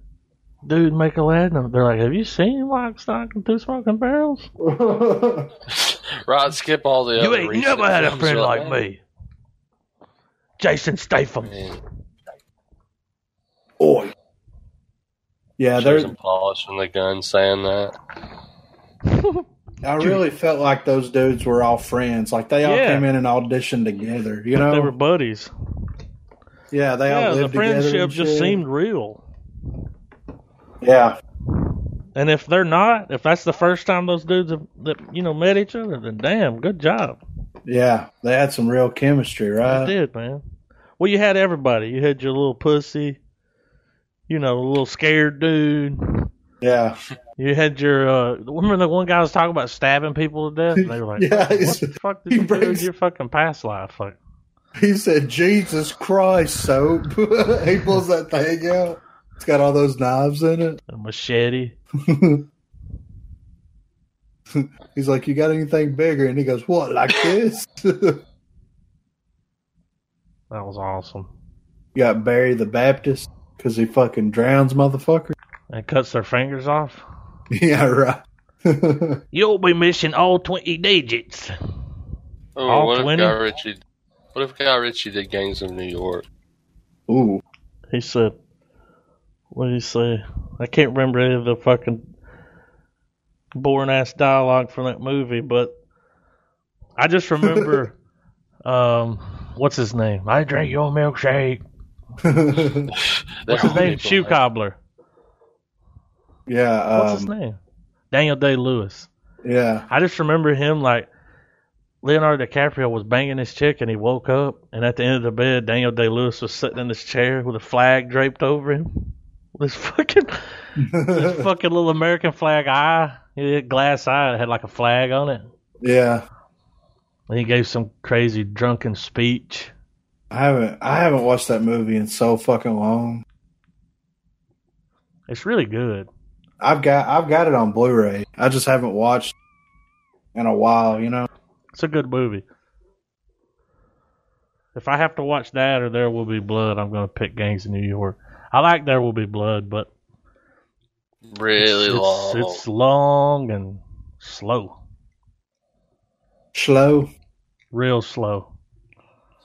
Speaker 1: dude make Aladdin? They're like, have you seen Lock, Stock, and Two Smoking Barrels?
Speaker 3: Right, skip all the
Speaker 1: You
Speaker 3: other
Speaker 1: ain't
Speaker 3: recent
Speaker 1: never had a
Speaker 3: films
Speaker 1: friend
Speaker 3: you're
Speaker 1: like me, Jason Statham.
Speaker 3: Man,
Speaker 2: Oi. Yeah,
Speaker 3: there's
Speaker 2: there's.
Speaker 3: some polish from the gun saying that.
Speaker 2: I really felt like those dudes were all friends. Like they all
Speaker 1: Yeah.
Speaker 2: came in and auditioned together. You
Speaker 1: They were
Speaker 2: know?
Speaker 1: buddies.
Speaker 2: yeah, they
Speaker 1: yeah,
Speaker 2: all
Speaker 1: the
Speaker 2: lived together.
Speaker 1: friendship
Speaker 2: and
Speaker 1: just
Speaker 2: shit.
Speaker 1: seemed real.
Speaker 2: Yeah,
Speaker 1: And if they're not, if that's the first time those dudes have, that you know met each other, then damn, good job.
Speaker 2: yeah. They had some real chemistry,
Speaker 1: I
Speaker 2: right?
Speaker 1: did, man. Well, you had everybody. You had your little pussy, you know, little scared dude.
Speaker 2: Yeah,
Speaker 1: You had your uh, remember the one guy was talking about stabbing people to death. And they were like,
Speaker 2: Yeah,
Speaker 1: what
Speaker 2: he's-
Speaker 1: the fuck did
Speaker 2: he
Speaker 1: you do in
Speaker 2: breaks-
Speaker 1: your fucking past life?" Like,
Speaker 2: He said, Jesus Christ, soap. he pulls that thing out. It's got all those knives in it.
Speaker 1: a machete.
Speaker 2: He's like, You got anything bigger? And he goes, What, like this? you
Speaker 1: That was awesome.
Speaker 2: got Barry the Baptist because he fucking drowns, motherfucker.
Speaker 1: And cuts their fingers off.
Speaker 2: yeah, right.
Speaker 1: You'll be missing all twenty digits.
Speaker 3: Oh,
Speaker 1: All
Speaker 3: what if
Speaker 1: 20?
Speaker 3: Guy Ritchie? What if Guy Ritchie did Gangs of New York?
Speaker 2: Ooh.
Speaker 1: He said, "What did he say?" I can't remember any of the fucking boring ass dialogue from that movie, but I just remember, um, what's his name? I drink your milkshake. What's his name? Shoe cobbler.
Speaker 2: yeah. Um,
Speaker 1: What's his name? Daniel Day Lewis.
Speaker 2: Yeah.
Speaker 1: I just remember him like Leonardo DiCaprio was banging his chick and he woke up and at the end of the bed Daniel Day Lewis was sitting in his chair with a flag draped over him. This fucking this fucking little American flag eye. He had glass eye that had like a flag on it.
Speaker 2: yeah.
Speaker 1: And he gave some crazy drunken speech.
Speaker 2: I haven't I haven't watched that movie in so fucking long.
Speaker 1: It's really good.
Speaker 2: I've got I've got it on Blu-ray. I just haven't watched in a while, you know.
Speaker 1: It's a good movie. If I have to watch that or There Will Be Blood, I'm gonna pick Gangs of New York. I like There Will Be Blood, but
Speaker 3: Really
Speaker 1: it's,
Speaker 3: long.
Speaker 1: It's long and slow,
Speaker 2: Slow?
Speaker 1: real slow.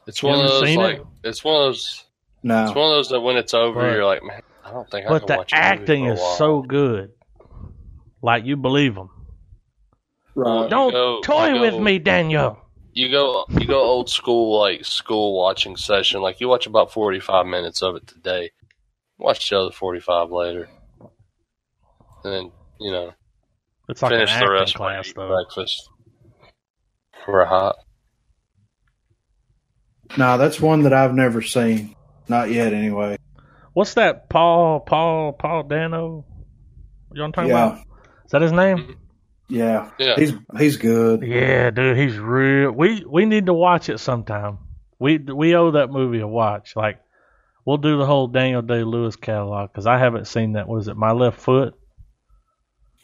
Speaker 3: It's
Speaker 1: You
Speaker 3: one of
Speaker 1: ever
Speaker 3: those
Speaker 1: seen
Speaker 3: like
Speaker 1: it?
Speaker 3: it's one of those
Speaker 2: No.
Speaker 3: it's one of those that when it's over
Speaker 1: Right.
Speaker 3: you're like man I don't think I
Speaker 1: But
Speaker 3: can
Speaker 1: the
Speaker 3: watch a movie
Speaker 1: acting
Speaker 3: for a
Speaker 1: is
Speaker 3: while.
Speaker 1: so good, like you believe them.
Speaker 3: Right.
Speaker 1: Don't
Speaker 3: go-
Speaker 1: toy
Speaker 3: you
Speaker 1: with
Speaker 3: go-
Speaker 1: me, Daniel.
Speaker 3: you go you go old school like school watching session like you watch about forty five minutes of it today watch the other forty five later and then you know
Speaker 1: It's like
Speaker 3: finish
Speaker 1: an
Speaker 3: the
Speaker 1: acting
Speaker 3: rest when you
Speaker 1: class,
Speaker 3: eat
Speaker 1: though.
Speaker 3: breakfast we're hot
Speaker 2: No, that's one that I've never seen. Not yet, anyway.
Speaker 1: What's that, Paul? Paul? Paul Dano? You know what I'm talking
Speaker 2: Yeah.
Speaker 1: about? Is that his
Speaker 3: Mm-hmm.
Speaker 1: name?
Speaker 2: Yeah,
Speaker 3: yeah
Speaker 2: he's he's good.
Speaker 1: Yeah, dude, he's real. We we need to watch it sometime. We we owe that movie a watch. Like, we'll do the whole Daniel Day Lewis catalog because I haven't seen that. What is it? My Left Foot.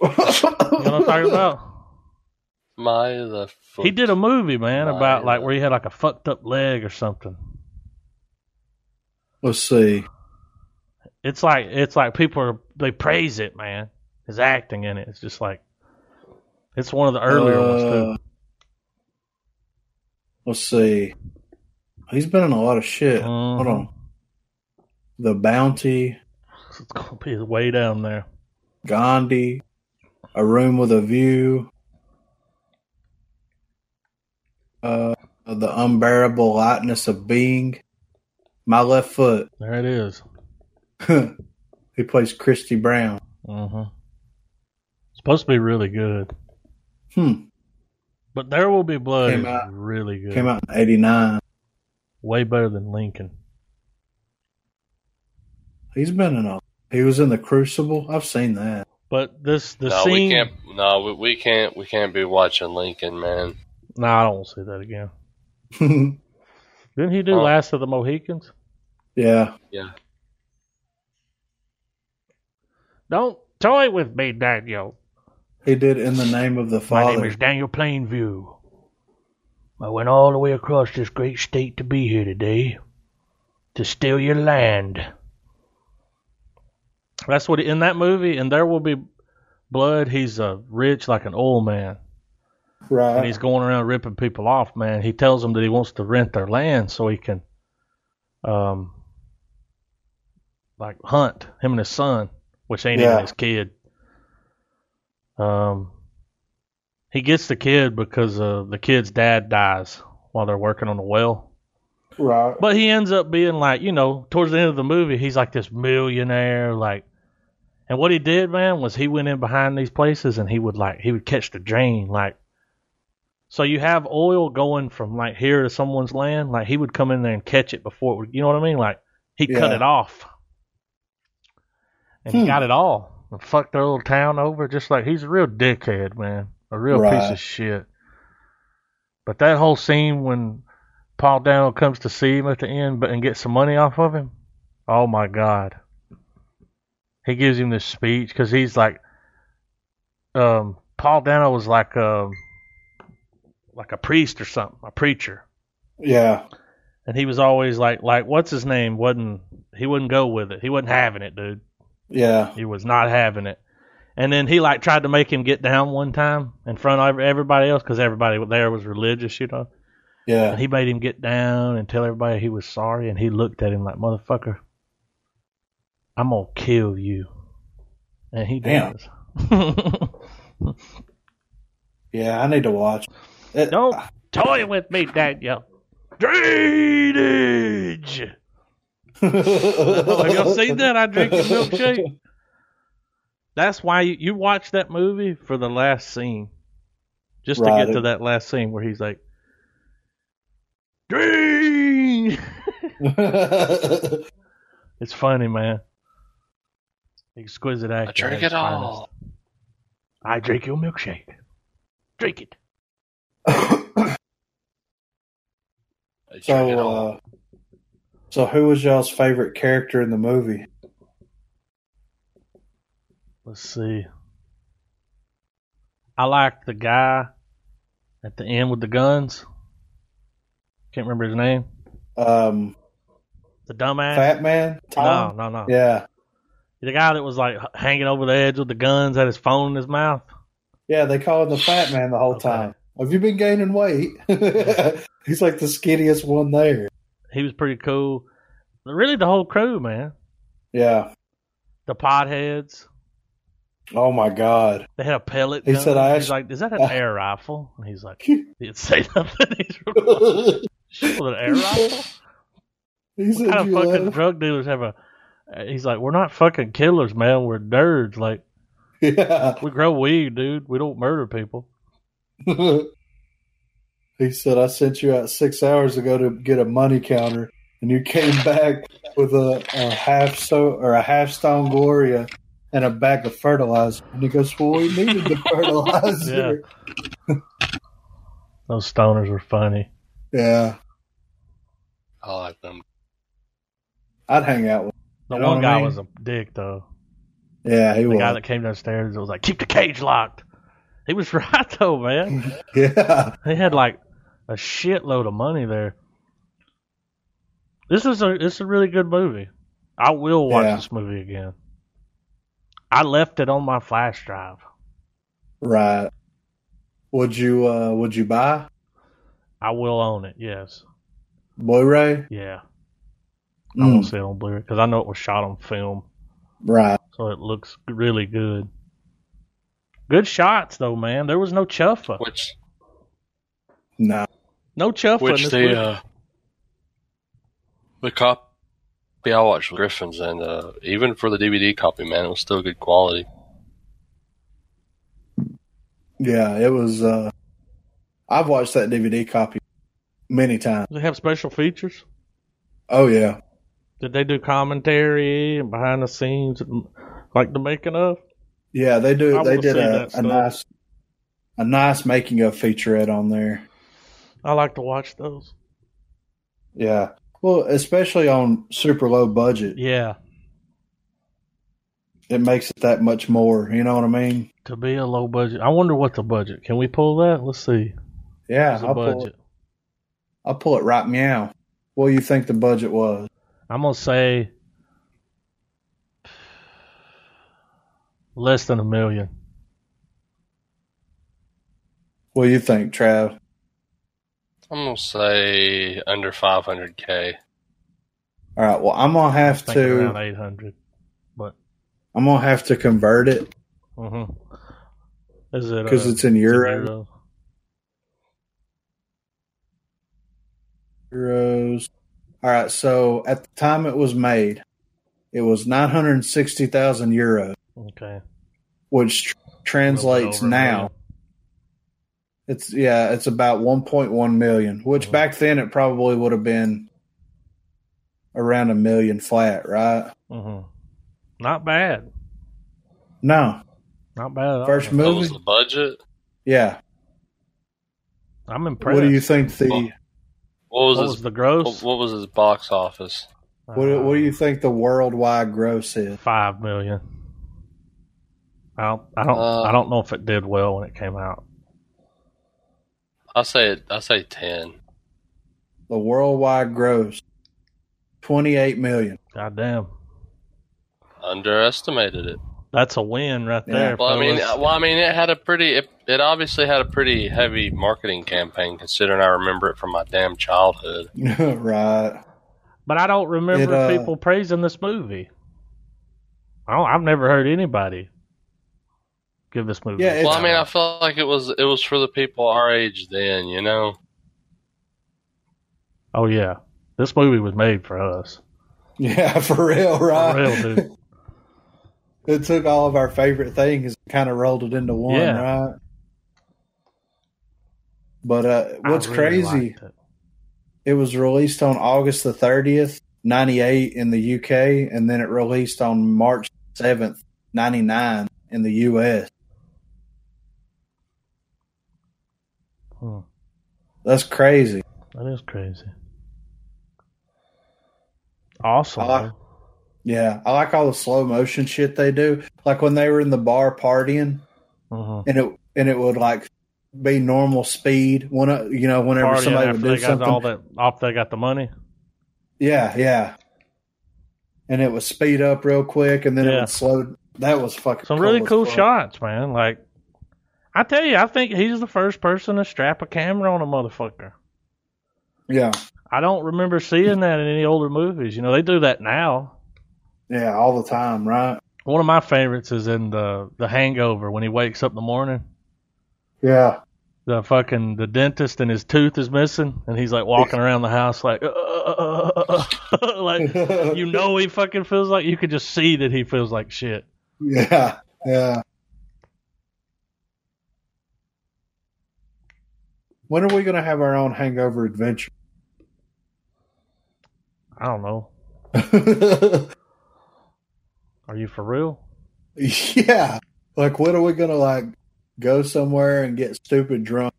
Speaker 1: You know what I'm talking about?
Speaker 3: my the foot.
Speaker 1: He did a movie, man,
Speaker 3: Right,
Speaker 1: about like
Speaker 3: yeah.
Speaker 1: where he had like a fucked up leg or something.
Speaker 2: Let's see.
Speaker 1: It's like it's like people are they praise it, man. His acting in it. It's just like it's one of the earlier
Speaker 2: Uh,
Speaker 1: ones
Speaker 2: Let's see. He's been in a lot of shit.
Speaker 1: too.
Speaker 2: Hold on. The Bounty,
Speaker 1: It's gonna be way down there.
Speaker 2: Gandhi, A Room with a View, uh, The Unbearable Lightness of Being, My Left Foot.
Speaker 1: There it is.
Speaker 2: he plays Christy Brown.
Speaker 1: Mm-hmm. Supposed to be really good.
Speaker 2: Hmm.
Speaker 1: But There Will Be Blood
Speaker 2: Came
Speaker 1: is
Speaker 2: out-
Speaker 1: really good.
Speaker 2: Came out in '89.
Speaker 1: Way better than Lincoln.
Speaker 2: He's been in a. He was in the Crucible. I've seen that.
Speaker 1: But this the
Speaker 3: no
Speaker 1: scene
Speaker 3: we can't no we, we can't we can't be watching Lincoln man
Speaker 1: No, I don't want to see that again.
Speaker 2: yeah,
Speaker 1: Didn't he do
Speaker 3: Oh.
Speaker 1: Last of the Mohicans?
Speaker 2: Yeah.
Speaker 1: Don't toy with me, Daniel.
Speaker 2: He did in the name of the
Speaker 1: My name
Speaker 2: Father.
Speaker 1: is Daniel Plainview. I went all the way across this great state to be here today to steal your land. That's what in that movie, and there will be blood. He's uh, rich like an oil man, and
Speaker 2: right.
Speaker 1: he's going around ripping people off. Man, he tells them that he wants to rent their land so he can, um, like hunt him and his son, which ain't
Speaker 2: Yeah.
Speaker 1: even his kid. Um, he gets the kid because uh, the kid's dad dies while they're working on the well.
Speaker 2: Right.
Speaker 1: But he ends up being like, you know, towards the end of the movie, he's like this millionaire, like. And what he did, man, was he went in behind these places and he would like he would catch the drain, like. So you have oil going from like here to someone's land, like he would come in there and catch it before it would, you know what I mean? Like he would cut
Speaker 2: Yeah.
Speaker 1: it off, and he
Speaker 2: Hmm.
Speaker 1: got it all and fucked their little town over, just like he's a real dickhead, man, a real piece
Speaker 2: Right.
Speaker 1: of shit. But that whole scene when Paul Dano comes to see him at the end but and gets some money off of him. Oh my God. He gives him this speech because he's like, um, Paul Dano was like um like a priest or something, a preacher,
Speaker 2: Yeah.
Speaker 1: and he was always like, like what's his name? wasn't He wouldn't go with it. He wasn't having it, dude.
Speaker 2: Yeah.
Speaker 1: He was not having it. And then he like tried to make him get down one time in front of ev- everybody else because everybody there was religious, you know.
Speaker 2: Yeah.
Speaker 1: And he made him get down and tell everybody he was sorry, and he looked at him like, motherfucker, I'm going to kill you. And he
Speaker 2: Damn.
Speaker 1: does.
Speaker 2: Yeah. I need to watch. It-
Speaker 1: Don't toy with me, Daniel. Drainage! Oh, have y'all seen that? I drink your milkshake. That's why you, you watch that movie for the last scene. Just
Speaker 2: Right.
Speaker 1: to get to that last scene where he's like, Drain! It's funny, man. Exquisite acting.
Speaker 3: I drink
Speaker 1: at its
Speaker 3: it all.
Speaker 1: finest. I drink your milkshake. Drink it.
Speaker 3: I drink it
Speaker 2: so,
Speaker 3: all.
Speaker 2: uh, so who was y'all's favorite character in the movie?
Speaker 1: Let's see. I like the guy at the end with the guns. Can't remember his name.
Speaker 2: Um,
Speaker 1: The dumbass.
Speaker 2: Fat Man.
Speaker 1: no,
Speaker 2: Tom?
Speaker 1: no, no.
Speaker 2: Yeah.
Speaker 1: The guy that was like h- hanging over the edge with the guns, had his phone in his mouth.
Speaker 2: Yeah. They call him the Fat Man the whole
Speaker 1: Okay.
Speaker 2: time. Have you been gaining weight? He's like the skinniest one there.
Speaker 1: He was pretty cool. Really, the whole crew, man.
Speaker 2: Yeah.
Speaker 1: The potheads.
Speaker 2: Oh my God.
Speaker 1: They had a pellet.
Speaker 2: He
Speaker 1: gun.
Speaker 2: said, I
Speaker 1: He's
Speaker 2: asked-
Speaker 1: like, is that an
Speaker 2: I-
Speaker 1: air rifle?" And he's like, "He didn't say nothing." He's real- shit with an air rifle.
Speaker 2: He said,
Speaker 1: What kind
Speaker 2: you
Speaker 1: of fucking
Speaker 2: laugh.
Speaker 1: drug dealers have a? uh, He's like, "We're not fucking killers, man. We're nerds. Like,
Speaker 2: Yeah.
Speaker 1: we grow weed, dude. We don't murder people."
Speaker 2: he said, I sent you out six hours ago to get a money counter, and you came back with a, a half so or a half stone Gloria and a bag of fertilizer. And he goes, Well, we needed the fertilizer.
Speaker 1: Those stoners were funny.
Speaker 2: yeah.
Speaker 3: I like them.
Speaker 2: I'd hang out with
Speaker 1: The
Speaker 2: You know
Speaker 1: one
Speaker 2: what I
Speaker 1: guy
Speaker 2: mean?
Speaker 1: was a dick, though.
Speaker 2: Yeah, he
Speaker 1: The guy
Speaker 2: was.
Speaker 1: that came downstairs was like, "Keep the cage locked." He was right though, man.
Speaker 2: Yeah.
Speaker 1: They had like a shitload of money there. This is a this is a really good movie. I will watch
Speaker 2: Yeah.
Speaker 1: this movie again. I left it on my flash drive.
Speaker 2: Right. Would you uh would you buy
Speaker 1: I will own it. Yes.
Speaker 2: Blu-ray?
Speaker 1: Yeah. I won't
Speaker 2: Mm,
Speaker 1: see it on Blu-ray because I know it was shot on film,
Speaker 2: right.
Speaker 1: so it looks really good. Good shots though, man. There was no chuffa.
Speaker 3: Which
Speaker 2: No.
Speaker 1: No chuffa. in
Speaker 3: which
Speaker 1: this
Speaker 3: the
Speaker 1: movie.
Speaker 3: uh, the copy I watched with Griffins, and uh, even for the DVD copy, man, it was still good quality.
Speaker 2: Yeah, it was uh I've watched that DVD copy many times.
Speaker 1: Does it have special features?
Speaker 2: Oh yeah.
Speaker 1: Did they do commentary and behind the scenes, like the making of?
Speaker 2: Yeah, they do.
Speaker 1: I
Speaker 2: they
Speaker 1: wanna
Speaker 2: did
Speaker 1: see
Speaker 2: a,
Speaker 1: that
Speaker 2: a
Speaker 1: stuff.
Speaker 2: nice, a nice making of featurette on there.
Speaker 1: I like to watch those.
Speaker 2: Yeah, Well, especially on super low budget,
Speaker 1: Yeah,
Speaker 2: it makes it that much more. You know what I mean?
Speaker 1: to be a low budget. I wonder what the budget. Can we pull that? Let's see.
Speaker 2: Yeah,
Speaker 1: What's the
Speaker 2: I'll pull, it,
Speaker 1: budget?
Speaker 2: I'll pull it right meow. What do you think the budget was?
Speaker 1: I'm gonna say less than a million.
Speaker 2: What do you think, Trav?
Speaker 3: I'm gonna say under 500k.
Speaker 2: All right. Well, I'm gonna have
Speaker 1: I think around
Speaker 2: to.
Speaker 1: eight hundred.
Speaker 2: I'm gonna have to convert it
Speaker 1: Mm-hmm. Is it
Speaker 2: because
Speaker 1: uh,
Speaker 2: it's in
Speaker 1: euros?
Speaker 2: euro, euros. All right. So at the time it was made, it was nine hundred sixty thousand euros,
Speaker 1: Okay.
Speaker 2: which tr- translates
Speaker 1: Over a
Speaker 2: now.
Speaker 1: million.
Speaker 2: It's yeah, it's about 1.1 million, which
Speaker 1: Mhm.
Speaker 2: back then it probably would have been around a million flat, right?
Speaker 1: Mhm. Not bad.
Speaker 2: No,
Speaker 1: Not bad. at all.
Speaker 2: first
Speaker 3: That was
Speaker 2: movie.
Speaker 3: the budget.
Speaker 2: Yeah.
Speaker 1: I'm impressed.
Speaker 2: What do you think the
Speaker 3: What was
Speaker 1: What
Speaker 3: his?
Speaker 1: was the gross?
Speaker 3: What was his box office?
Speaker 2: what, what do you think the worldwide gross is?
Speaker 1: Five million. I don't. I don't.
Speaker 3: Uh,
Speaker 1: I don't know if it did well when it came out.
Speaker 3: I say it. I say 10.
Speaker 2: The worldwide gross 28 million.
Speaker 1: God damn.
Speaker 3: Underestimated it.
Speaker 1: That's a win right
Speaker 2: Yeah.
Speaker 1: there.
Speaker 3: Well, I mean, uh,
Speaker 1: fellas.
Speaker 3: well, I mean, it had a pretty. It, it obviously had a pretty heavy marketing campaign, considering I remember it from my damn childhood.
Speaker 2: right.
Speaker 1: but I don't remember
Speaker 2: it, uh,
Speaker 1: people praising this movie. I don't, I've never heard anybody give this movie.
Speaker 2: Yeah,
Speaker 1: a
Speaker 2: It's-
Speaker 3: well, I mean, I
Speaker 1: shout-out.
Speaker 3: felt like it was it was for the people our age then, you know.
Speaker 1: oh yeah, this movie was made for us.
Speaker 2: Yeah, for real,
Speaker 1: For
Speaker 2: right?
Speaker 1: real, dude.
Speaker 2: It took all of our favorite things and kind of rolled it into one,
Speaker 1: Yeah.
Speaker 2: right? But uh,
Speaker 1: I
Speaker 2: what's
Speaker 1: really
Speaker 2: crazy
Speaker 1: liked it.
Speaker 2: It was released on August the 30th, 98 in the UK, and then it released on March 7th, 99 in the US.
Speaker 1: Hmm.
Speaker 2: That's crazy.
Speaker 1: That is crazy. Awesome.
Speaker 2: I like-
Speaker 1: man.
Speaker 2: Yeah, I like all the slow motion shit they do. Like when they were in the bar partying
Speaker 1: Mhm.
Speaker 2: and it and it would like be normal speed when uh, you know whenever
Speaker 1: Partying
Speaker 2: somebody
Speaker 1: after
Speaker 2: would
Speaker 1: they
Speaker 2: do
Speaker 1: got all
Speaker 2: something.
Speaker 1: that off they got the money.
Speaker 2: Yeah, yeah. And it would speed up real quick and then it
Speaker 1: Yeah.
Speaker 2: would slow that was fucking
Speaker 1: Some really
Speaker 2: as
Speaker 1: cool
Speaker 2: fuck.
Speaker 1: shots, man. Like I tell you, I think he's the first person to strap a camera on a motherfucker.
Speaker 2: Yeah.
Speaker 1: I don't remember seeing that in any older movies. You know, they do that now.
Speaker 2: Yeah, all the time, right?
Speaker 1: One of my favorites is in the the Hangover when he wakes up in the morning.
Speaker 2: Yeah.
Speaker 1: The fucking the dentist and his tooth is missing, and he's like walking around the house like, uh, uh, uh, uh, uh, like you know he fucking feels like you could just see that he feels like shit.
Speaker 2: Yeah, yeah. When are we going to have our own hangover adventure?
Speaker 1: I don't know. Are you for real?
Speaker 2: yeah. Like, when are we going to, like, go somewhere and get stupid drunk?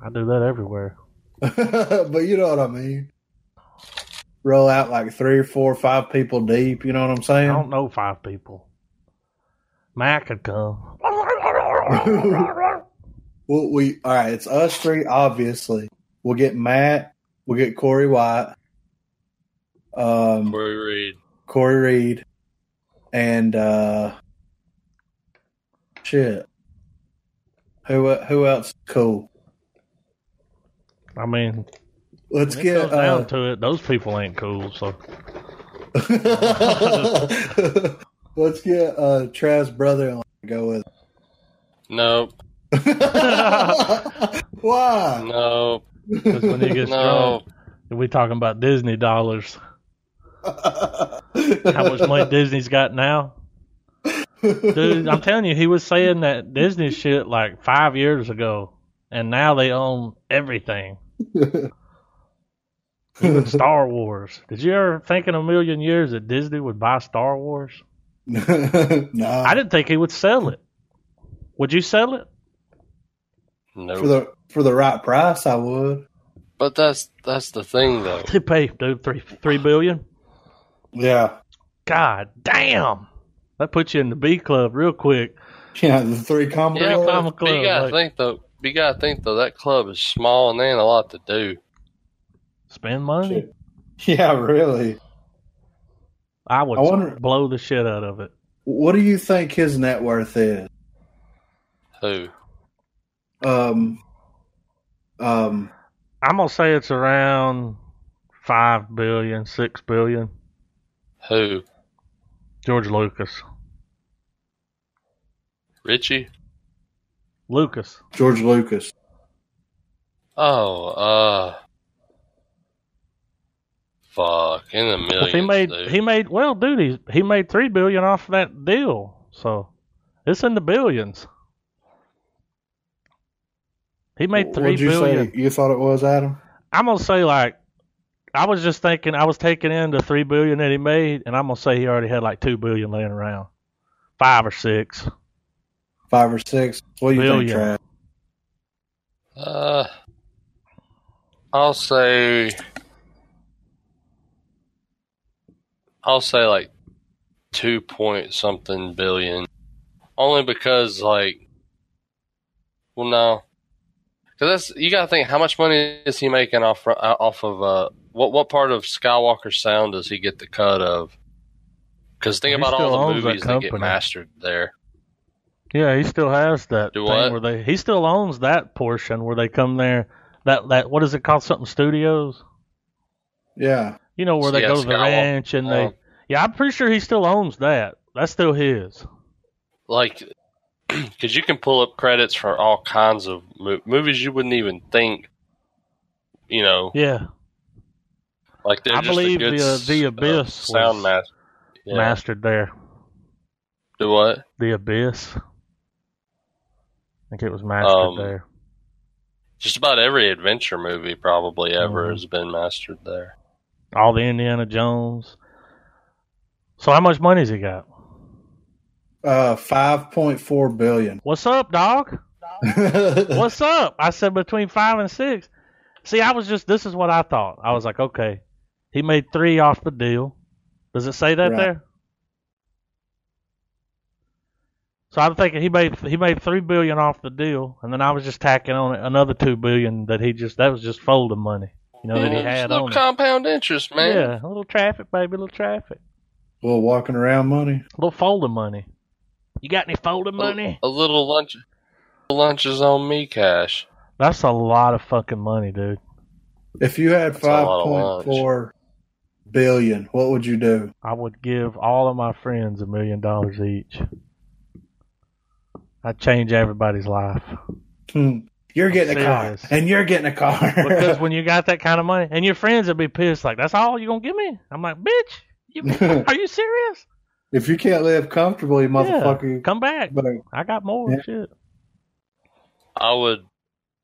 Speaker 1: I do that everywhere.
Speaker 2: but you know what I mean. Roll out like three or four or five people deep. You know what I'm
Speaker 1: I
Speaker 2: saying?
Speaker 1: don't know five people. Matt could come.
Speaker 2: Well, we all right. It's us three, obviously. We'll get Matt. We'll get Corey White. Um,
Speaker 3: Corey Reed.
Speaker 2: Corey Reed, and uh, shit. Who who else? is Cool.
Speaker 1: I mean,
Speaker 2: Let's
Speaker 1: when it
Speaker 2: get.
Speaker 1: comes down
Speaker 2: Uh,
Speaker 1: to it, those people ain't cool. So
Speaker 2: uh, let's get uh, Trav's brother-in-law to go with.
Speaker 3: Nope.
Speaker 2: Why?
Speaker 3: Nope.
Speaker 1: 'cause when he gets
Speaker 3: No.
Speaker 1: drunk, we talking about Disney dollars. How much money Disney's got now, dude? I'm telling you, he was saying that Disney shit like five years ago, and now they own everything. Even Star Wars. Did you ever think in a million years that Disney would buy Star Wars?
Speaker 2: nah.
Speaker 1: I didn't think he would sell it. Would you sell it?
Speaker 2: for
Speaker 3: Nope.
Speaker 2: the for the right price, I would.
Speaker 3: But that's that's the thing though.
Speaker 1: They pay dude three three billion.
Speaker 2: Yeah.
Speaker 1: God damn, that puts you in the B club real quick.
Speaker 2: Yeah, the three combo.
Speaker 3: Yeah,
Speaker 1: I'm a
Speaker 3: but, but you
Speaker 1: club,
Speaker 3: gotta
Speaker 1: like-
Speaker 3: think though. You gotta think though. That club is small and they ain't a lot to do.
Speaker 1: Spend money.
Speaker 2: Shit. yeah, really.
Speaker 1: I would
Speaker 2: I wonder-
Speaker 1: blow the shit out of it.
Speaker 2: What do you think his net worth is?
Speaker 3: Who?
Speaker 2: Um, um,
Speaker 1: I'm gonna say it's around five billion, six billion.
Speaker 3: Who?
Speaker 1: George Lucas.
Speaker 3: Richie?
Speaker 1: Lucas.
Speaker 2: George Lucas.
Speaker 3: Oh, uh, fuck! In the
Speaker 1: Well,
Speaker 3: millions.
Speaker 1: he made
Speaker 3: dude.
Speaker 1: he made well, dude. He, he made three billion off that deal, so it's in the billions. He made three
Speaker 2: What'd you
Speaker 1: billion.
Speaker 2: say you thought it was, Adam?
Speaker 1: I'm gonna say like I was just thinking I was taking in the three billion that he made, and I'm gonna say he already had like two billion laying around, five or six.
Speaker 2: Five or six? What do you think,
Speaker 1: Billion.
Speaker 2: Trav?
Speaker 3: Uh, I'll say. I'll say like two point something billion, only because like, well, no, because that's you gotta think how much money is he making off uh, off of uh what what part of Skywalker Sound does he get the cut of? Because
Speaker 1: He
Speaker 3: think about
Speaker 1: still
Speaker 3: all the
Speaker 1: owns that
Speaker 3: movies that get
Speaker 1: company.
Speaker 3: mastered there.
Speaker 1: Yeah, he still has that
Speaker 3: Do
Speaker 1: thing
Speaker 3: what?
Speaker 1: where they he still owns that portion where they come there. That that what is it called? Something studios.
Speaker 2: Yeah.
Speaker 1: You know where they
Speaker 3: Yeah,
Speaker 1: go to the
Speaker 3: Skywalker.
Speaker 1: ranch and they.
Speaker 3: Um,
Speaker 1: Yeah, I'm pretty sure he still owns that. That's still his.
Speaker 3: like because you can pull up credits for all kinds of mo- movies you wouldn't even think you know
Speaker 1: Yeah,
Speaker 3: like they're
Speaker 1: I
Speaker 3: just a
Speaker 1: believe
Speaker 3: good
Speaker 1: the, uh, The
Speaker 3: s-
Speaker 1: Abyss
Speaker 3: uh, sound
Speaker 1: was-
Speaker 3: master yeah.
Speaker 1: mastered there.
Speaker 3: do what
Speaker 1: The abyss. I think it was mastered
Speaker 3: Um,
Speaker 1: there.
Speaker 3: just about every adventure movie probably ever
Speaker 1: Mhm.
Speaker 3: has been mastered there
Speaker 1: All the Indiana Jones. So how much money's he got?
Speaker 2: Uh, 5.4 billion.
Speaker 1: What's up, dog? What's up? I said between five and six. See, I was just this is what I thought. I was like, okay, he made three off the deal. Does it say that
Speaker 2: Right.
Speaker 1: there? So I'm thinking he made he made three billion off the deal, and then I was just tacking on it another two billion that he just that was just folding money, you know, that he
Speaker 3: Yeah, it's
Speaker 1: had
Speaker 3: no
Speaker 1: on it.
Speaker 3: compound interest man
Speaker 1: Yeah, a little traffic, baby, a little traffic.
Speaker 2: Well, walking around money.
Speaker 1: A little folding money. You got any folding
Speaker 3: A-
Speaker 1: money?
Speaker 3: a, little lunch lunches on me cash
Speaker 1: That's a lot of fucking money, dude.
Speaker 2: If you had
Speaker 3: That's a lot of
Speaker 2: 5.4 billion, what would you do?
Speaker 1: I would give all of my friends a million dollars each. I'd change everybody's life.
Speaker 2: Hmm. You're getting a car,
Speaker 1: serious.
Speaker 2: and you're getting a car.
Speaker 1: Because when you got that kind of money, and your friends would be pissed, like, that's all you're going to give me? I'm like, bitch, you, are you serious?
Speaker 2: if you can't live comfortably,
Speaker 1: Yeah,
Speaker 2: motherfucker,
Speaker 1: come back.
Speaker 2: but
Speaker 1: I got more
Speaker 2: Yeah.
Speaker 1: shit.
Speaker 3: i would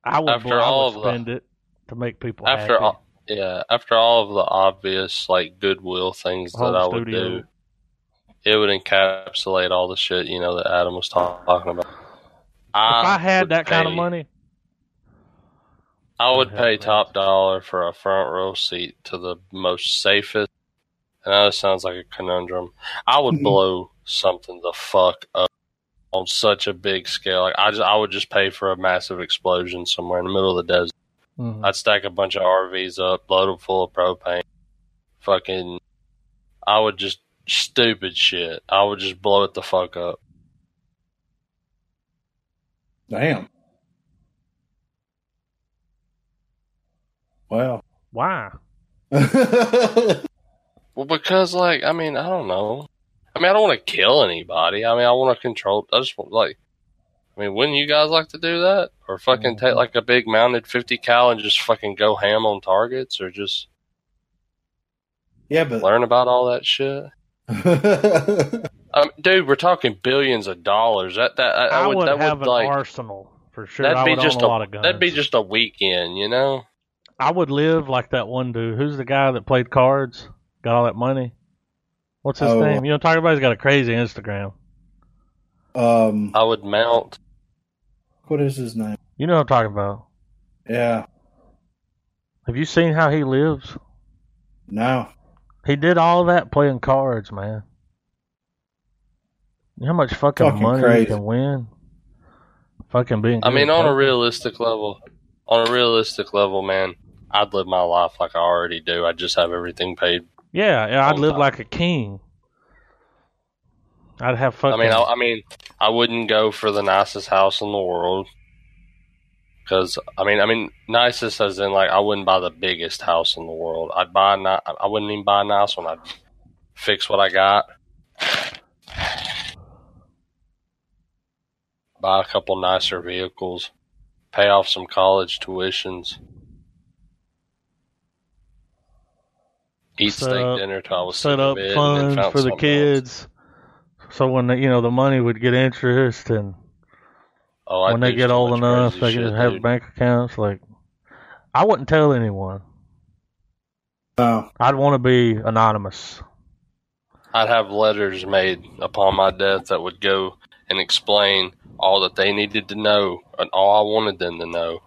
Speaker 1: I would,
Speaker 3: After
Speaker 1: blow- I would
Speaker 3: all of the-
Speaker 1: spend it to make people
Speaker 3: after
Speaker 1: happy.
Speaker 3: all yeah after all of the obvious like goodwill things
Speaker 1: Home
Speaker 3: that i would
Speaker 1: studio.
Speaker 3: do it would encapsulate all the shit you know that adam was talk- talking about
Speaker 1: if I
Speaker 3: would
Speaker 1: had that kind of
Speaker 3: pay-
Speaker 1: money,
Speaker 3: i would
Speaker 1: I'd have
Speaker 3: pay
Speaker 1: that.
Speaker 3: top dollar for a front row seat to the most safest i know it sounds like a conundrum i would
Speaker 2: Mhm.
Speaker 1: Mm-hmm.
Speaker 3: blow something the fuck up on such a big scale like i just i would just pay for a massive explosion somewhere in the middle of the desert
Speaker 1: mhm.
Speaker 3: I'd stack a bunch of RVs up, load them full of propane. Fucking, I would just stupid shit. I would just blow it the fuck up.
Speaker 2: damn. Wow.
Speaker 1: why?
Speaker 3: Well, because like, I mean, I don't know. I mean, I don't want to kill anybody. I mean, I want to control. I just want like, I mean, wouldn't you guys like to do that, or fucking
Speaker 1: Mm-hmm.
Speaker 3: take like a big mounted fifty cal and just fucking go ham on targets, or just
Speaker 2: yeah, but
Speaker 3: learn about all that shit? Um, dude, we're talking billions of dollars. That that I,
Speaker 1: I
Speaker 3: would,
Speaker 1: would
Speaker 3: that
Speaker 1: have
Speaker 3: would
Speaker 1: an
Speaker 3: like
Speaker 1: arsenal for sure.
Speaker 3: That'd
Speaker 1: I
Speaker 3: be
Speaker 1: would
Speaker 3: just
Speaker 1: own a,
Speaker 3: a-
Speaker 1: lot of guns.
Speaker 3: That'd be just a weekend, you know?
Speaker 1: I would live like that one dude. Who's the guy that played cards? Got all that money. What's his
Speaker 2: Oh.
Speaker 1: name? You know, talking about he's got a crazy Instagram.
Speaker 2: um,
Speaker 3: I would mount.
Speaker 2: what is his name?
Speaker 1: You know what I'm talking about.
Speaker 2: Yeah,
Speaker 1: Have you seen how he lives?
Speaker 2: No.
Speaker 1: He did all that playing cards, man. You know how much fucking,
Speaker 2: Fucking
Speaker 1: money you
Speaker 2: crazy.
Speaker 1: can win? Fucking being.
Speaker 3: I
Speaker 1: good
Speaker 3: mean,
Speaker 1: at
Speaker 3: on a
Speaker 1: poker.
Speaker 3: realistic level, on a realistic level, man, I'd live my life like I already do. I just have everything paid.
Speaker 1: Yeah, yeah I'd
Speaker 3: on
Speaker 1: live
Speaker 3: top.
Speaker 1: like a king. I'd have fucking.
Speaker 3: I mean, I, I mean, I wouldn't go for the nicest house in the world because I mean, I mean, nicest as in like I wouldn't buy the biggest house in the world. I'd buy a ni- I wouldn't even buy a nice one. I'd fix what I got. Buy a couple nicer vehicles, pay off some college tuitions, eat
Speaker 1: Set
Speaker 3: steak
Speaker 1: up-
Speaker 3: dinner till I was
Speaker 1: set
Speaker 3: sick of
Speaker 1: up
Speaker 3: it and then
Speaker 1: funds
Speaker 3: found
Speaker 1: for the
Speaker 3: something else.
Speaker 1: kids. So when the, you know the money would get interest, and
Speaker 3: Oh, I
Speaker 1: when they get old enough, they can have bank accounts. Like, I wouldn't tell anyone.
Speaker 2: No.
Speaker 1: I'd want to be anonymous.
Speaker 3: I'd have letters made upon my death that would go and explain all that they needed to know and all I wanted them to know,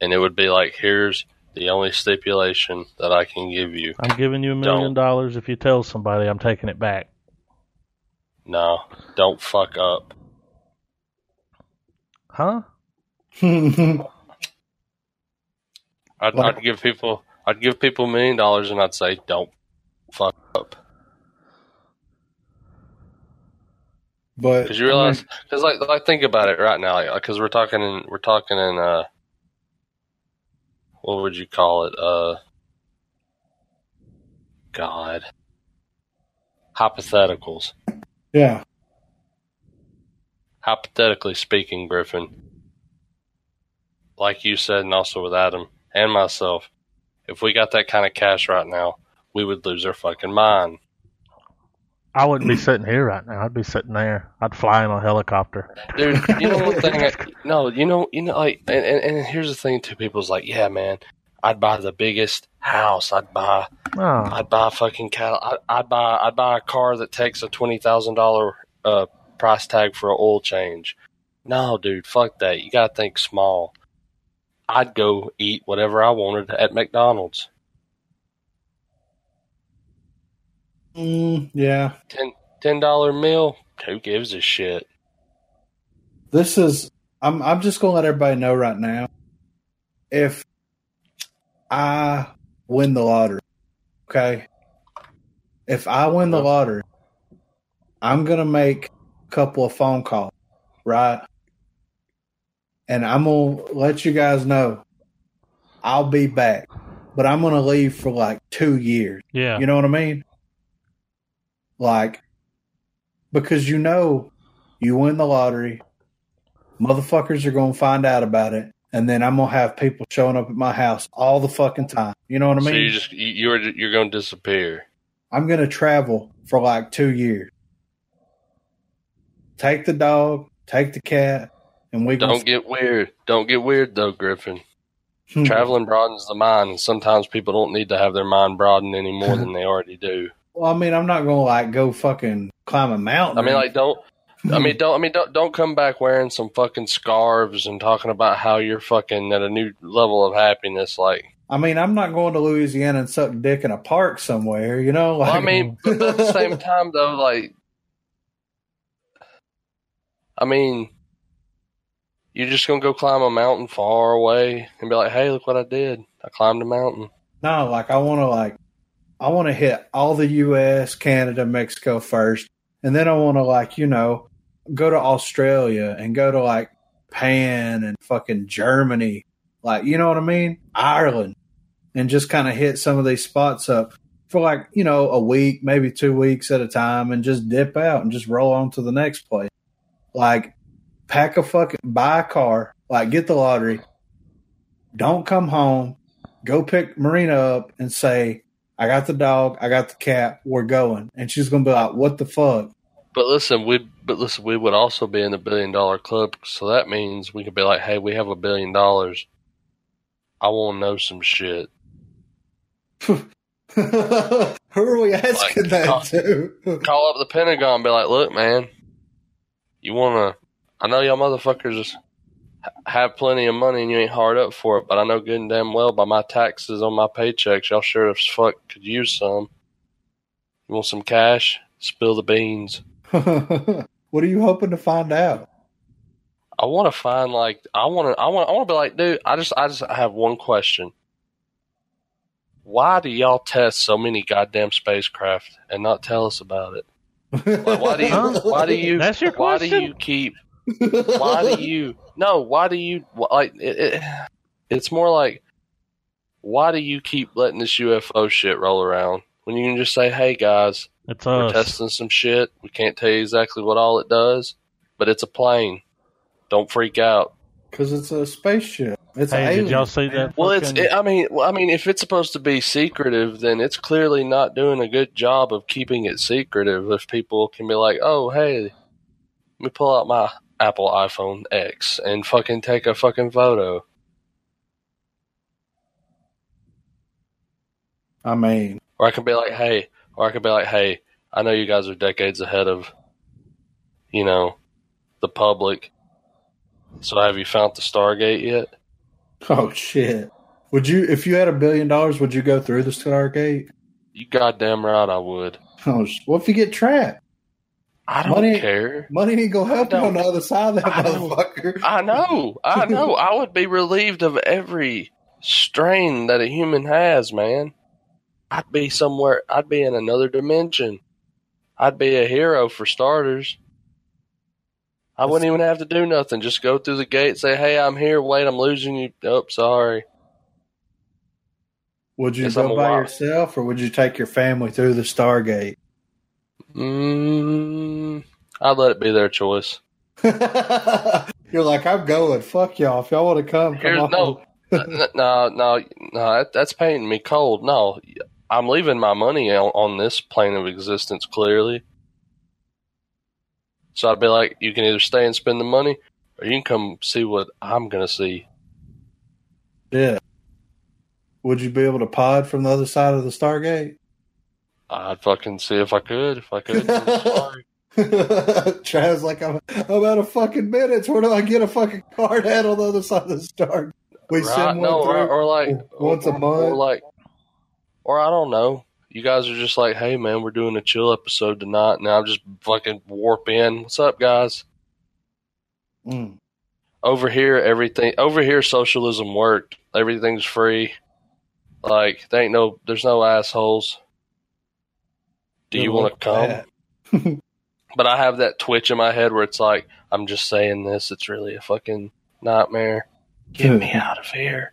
Speaker 3: and it would be like, "Here's the only stipulation that I can give you."
Speaker 1: I'm giving you a million
Speaker 3: Don't.
Speaker 1: dollars if you tell somebody. I'm taking it back.
Speaker 3: No, don't fuck up.
Speaker 1: Huh?
Speaker 3: I'd,
Speaker 2: Like-
Speaker 3: I'd give people, I'd give people a million dollars, and I'd say, "Don't fuck up,"
Speaker 2: but
Speaker 3: because you realize, because like, like think about it right now, because we're talking, in, we're talking in, uh, what would you call it? Uh, God, hypotheticals.
Speaker 2: yeah,
Speaker 3: hypothetically speaking, Griffin, like you said, and also with Adam and myself, if we got that kind of cash right now, we would lose our fucking mind.
Speaker 1: I wouldn't be sitting here right now. I'd be sitting there. I'd fly in a helicopter.
Speaker 3: Dude, you know one thing? I, no, you know, you know, like, and, and, and here's the thing too. People's like, yeah, man, I'd buy the biggest house. I'd buy,
Speaker 1: Oh,
Speaker 3: I'd buy a fucking cattle. I, I'd buy, I'd buy a car that takes a twenty thousand dollar uh price tag for an oil change. No, dude, fuck that. You gotta think small. I'd go eat whatever I wanted at McDonald's.
Speaker 2: Mm, yeah.
Speaker 3: Ten ten dollar meal. Who gives a shit?
Speaker 2: This is. I'm. I'm just gonna let everybody know right now. If I win the lottery, okay. If I win the lottery, I'm gonna make a couple of phone calls, right? And I'm gonna let you guys know. I'll be back, but I'm gonna leave for like two years.
Speaker 1: yeah.
Speaker 2: You know what I mean? Like, because you know, you win the lottery, motherfuckers are going to find out about it, and then I'm going to have people showing up at my house all the fucking time. You know what I
Speaker 3: so you
Speaker 2: mean?
Speaker 3: just you, you're you're gonna disappear.
Speaker 2: I'm going to travel for like two years. Take the dog, take the cat, and we
Speaker 3: Don't get weird. Don't get weird though, Griffin.
Speaker 2: Hmm.
Speaker 3: Traveling broadens the mind, and sometimes people don't need to have their mind broadened any more than they already do.
Speaker 2: Well, I mean, I'm not going to like go fucking climb a mountain.
Speaker 3: I mean, like don't I mean, don't. I mean, don't. Don't come back wearing some fucking scarves and talking about how you're fucking at a new level of happiness. Like,
Speaker 2: I mean, I'm not going to Louisiana and suck dick in a park somewhere. You know, like
Speaker 3: well, I mean, but at the same time, though, like, I mean, you're just gonna go climb a mountain far away and be like, "Hey, look what I did! I climbed a mountain."
Speaker 2: No, like I want to like I want to hit all the U.S., Canada, Mexico first, and then I want to like you know go to Australia and go to like Japan and fucking Germany, like you know what I mean, Ireland, and just kind of hit some of these spots up for like you know a week, maybe two weeks at a time, and just dip out and just roll on to the next place. Like pack a fucking buy a car, like get the lottery. Don't come home go pick Marina up and say, I got the dog, I got the cat, we're going. And she's gonna be like, What the fuck?
Speaker 3: But listen, we but listen, we would also be in the billion dollar club, so that means we could be like, "Hey, we have a billion dollars. I want to know some shit."
Speaker 2: Who are we asking
Speaker 3: Like,
Speaker 2: that
Speaker 3: God.
Speaker 2: to?
Speaker 3: call up the Pentagon and be like, look, man, you want to. I know y'all motherfuckers have plenty of money and you ain't hard up for it, but I know good and damn well by my taxes on my paychecks, y'all sure as fuck could use some. You want some cash? Spill the beans.
Speaker 2: what are you hoping to find out?
Speaker 3: I want to find like I want to I want I want to be like, dude. I just I just have one question. Why do y'all test so many goddamn spacecraft and not tell us about it? Like, why do you?
Speaker 1: Huh?
Speaker 3: Why do you?
Speaker 1: That's your
Speaker 3: why do
Speaker 1: question?
Speaker 3: you keep? Why do you? No. Why do you? wh- Like it, it, it's more like, why do you keep letting this UFO shit roll around when you can just say, hey guys,
Speaker 1: It's
Speaker 3: we're
Speaker 1: us.
Speaker 3: testing some shit. We can't tell you exactly what all it does, but it's a plane. Don't freak out.
Speaker 2: Because it's a spaceship. It's
Speaker 1: Hey,
Speaker 2: an
Speaker 1: did
Speaker 2: alien.
Speaker 1: y'all see
Speaker 2: man.
Speaker 1: that?
Speaker 3: Well, it's.
Speaker 1: fucking-
Speaker 3: It, I mean, well, I mean, if it's supposed to be secretive, then it's clearly not doing a good job of keeping it secretive. If people can be like, "Oh, hey, let me pull out my Apple iPhone X and fucking take a fucking photo,"
Speaker 2: I mean,
Speaker 3: or I can be like, "Hey," or I can be like, "Hey, I know you guys are decades ahead of, you know, the public. So have you found the Stargate yet?"
Speaker 2: oh shit. Would you, if you had a billion dollars, would you go through the Stargate?
Speaker 3: You goddamn right, I would.
Speaker 2: Oh, sh- what if you get trapped?
Speaker 3: I don't
Speaker 2: Money-
Speaker 3: care.
Speaker 2: Money ain't gonna help you
Speaker 3: I
Speaker 2: on the other side of that
Speaker 3: I don't-
Speaker 2: motherfucker.
Speaker 3: I know. I know. I would be relieved of every strain that a human has, man. I'd be somewhere. I'd be in another dimension. I'd be a hero for starters. I wouldn't even have to do nothing. Just go through the gate, say, hey, I'm here. Wait, I'm losing you. Oh, sorry.
Speaker 2: Would you
Speaker 3: Yes, I'm
Speaker 2: go
Speaker 3: a
Speaker 2: by
Speaker 3: wild-
Speaker 2: yourself, or would you take your family through the Stargate?
Speaker 3: Mm, I'd let it be their choice.
Speaker 2: You're like, I'm going. Fuck y'all. If y'all want to come, come
Speaker 3: Here's-
Speaker 2: on.
Speaker 3: no. no, no, no, that, that's painting me cold. No, I'm leaving my money on, on this plane of existence clearly. So I'd be like, you can either stay and spend the money, or you can come see what I'm gonna see.
Speaker 2: Yeah. Would you be able to pod from the other side of the Stargate?
Speaker 3: I'd fucking see if I could. If I could, I'm sorry.
Speaker 2: Travis, like, I'm, I'm out of fucking minutes. Where do I get a fucking card at on the other side of the Stargate? We
Speaker 3: right?
Speaker 2: send one
Speaker 3: No,
Speaker 2: through.
Speaker 3: or, or like
Speaker 2: once a
Speaker 3: or-
Speaker 2: month.
Speaker 3: or like, or I don't know. You guys are just like, hey man, we're doing a chill episode tonight, and I'm just fucking warp in. What's up, guys?
Speaker 2: Mm.
Speaker 3: over here everything over here socialism worked everything's free like there ain't no there's no assholes do
Speaker 2: Good
Speaker 3: you want
Speaker 2: luck
Speaker 3: to come
Speaker 2: with
Speaker 3: but i have that twitch in my head where it's like i'm just saying this it's really a fucking nightmare get me out of here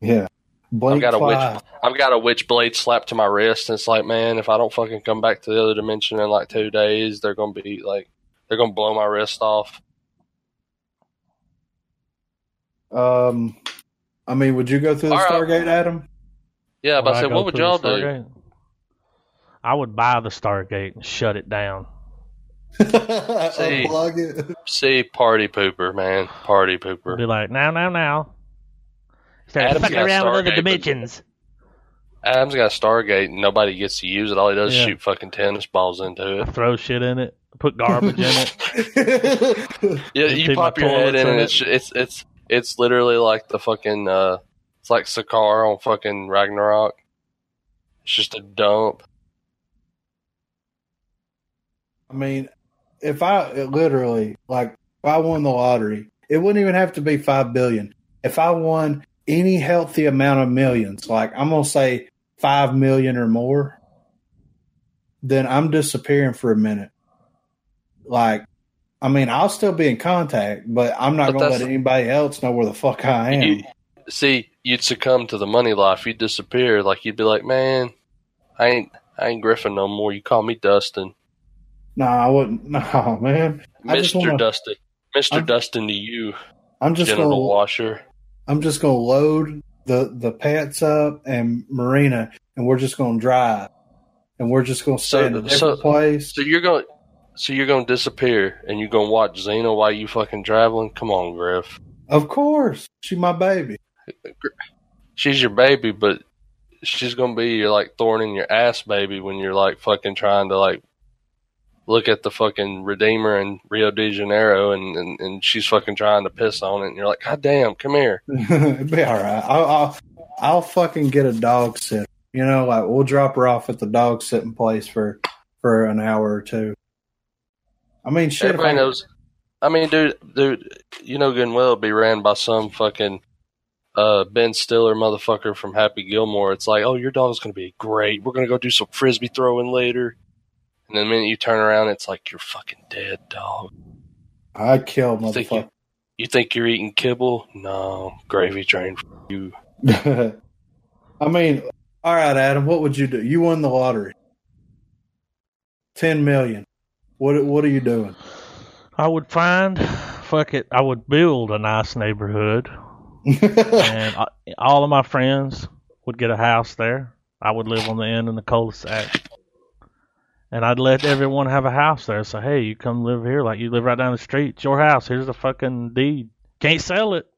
Speaker 2: Yeah. Blink
Speaker 3: got a witch-
Speaker 2: twice.
Speaker 3: i've got a witch blade slapped to my wrist and it's like man if i don't fucking come back to the other dimension in like two days they're gonna be like they're gonna blow my wrist off
Speaker 2: Um, I mean, would you go through the
Speaker 3: All right.
Speaker 2: Stargate, Adam?
Speaker 3: yeah but
Speaker 1: Would
Speaker 3: i
Speaker 1: I
Speaker 3: said
Speaker 1: go
Speaker 3: what would
Speaker 1: through the
Speaker 3: y'all do
Speaker 1: Stargate? I would buy the Stargate and shut it down.
Speaker 2: Unplug it.
Speaker 3: see party pooper man party pooper
Speaker 1: Be like, now, now, now. Start
Speaker 3: Adam's
Speaker 1: fucking
Speaker 3: got
Speaker 1: around with
Speaker 3: Stargate,
Speaker 1: other
Speaker 3: but-
Speaker 1: dimensions.
Speaker 3: Adam's got a Stargate and nobody gets to use it. All he does
Speaker 1: Yeah.
Speaker 3: is shoot fucking tennis balls into
Speaker 1: I
Speaker 3: it.
Speaker 1: throw shit in it. Put garbage in it.
Speaker 3: Yeah,
Speaker 1: Empty
Speaker 3: you pop
Speaker 1: my
Speaker 3: your head
Speaker 1: toilets
Speaker 3: in
Speaker 1: in
Speaker 3: and
Speaker 1: it.
Speaker 3: it's it's it's it's literally like the fucking uh it's like Sakaar on fucking Ragnarok. It's just a dump.
Speaker 2: I mean, if I it literally like if I won the lottery, it wouldn't even have to be five billion. If I won any healthy amount of millions, like I'm gonna say five million or more, then I'm disappearing for a minute. Like, I mean, I'll still be in contact, but I'm not
Speaker 3: But
Speaker 2: gonna
Speaker 3: that's-
Speaker 2: let anybody else know where the fuck I am.
Speaker 3: You, see, you'd succumb to the money life. You'd disappear. Like you'd be like, man, I ain't I ain't Griffin no more. You call me Dustin,
Speaker 2: no, I wouldn't. No, man, I just
Speaker 3: Mister
Speaker 2: wanna-
Speaker 3: Dustin, Mister
Speaker 2: I'm-
Speaker 3: Dustin to you,
Speaker 2: I'm just
Speaker 3: genital
Speaker 2: gonna
Speaker 3: washer.
Speaker 2: I'm just gonna load the the pants up and Marina, and we're just gonna drive, and we're just gonna stay
Speaker 3: So-
Speaker 2: in a
Speaker 3: so-
Speaker 2: different place.
Speaker 3: So you're going, so you're going to disappear, and you're going to watch Xena while you fucking traveling. Come on, Griff.
Speaker 2: Of course, she my baby.
Speaker 3: She's your baby, but she's going to be your like thorn in your ass, baby, when you're like fucking trying to like look at the fucking Redeemer in Rio de Janeiro and, and, and she's fucking trying to piss on it, and you're like, God damn, come here.
Speaker 2: It'd be all right. I'll, I'll I'll fucking get a dog sitter. You know, like we'll drop her off at the dog sitting place for for an hour or two. I mean, shit. if I-
Speaker 3: Everybody knows. I mean, dude, dude, you know good and well it'd be ran by some fucking uh, Ben Stiller motherfucker from Happy Gilmore. It's like, oh, your dog's gonna be great. We're gonna go do some frisbee throwing later. And the minute you turn around, it's like you're fucking dead, dog.
Speaker 2: I'd kill
Speaker 3: You think
Speaker 2: motherfucker.
Speaker 3: you, you think you're eating kibble? No, gravy train for you.
Speaker 2: I mean, all right, Adam, what would you do? You won the lottery, ten million. What what are you doing?
Speaker 1: I would find, fuck it, I would build a nice neighborhood, and I, all of my friends would get a house there. I would live on the end in the cul-de-sac, and I'd let everyone have a house there. So hey, you come live here, like you live right down the street. It's your house. Here's the fucking deed. Can't sell it,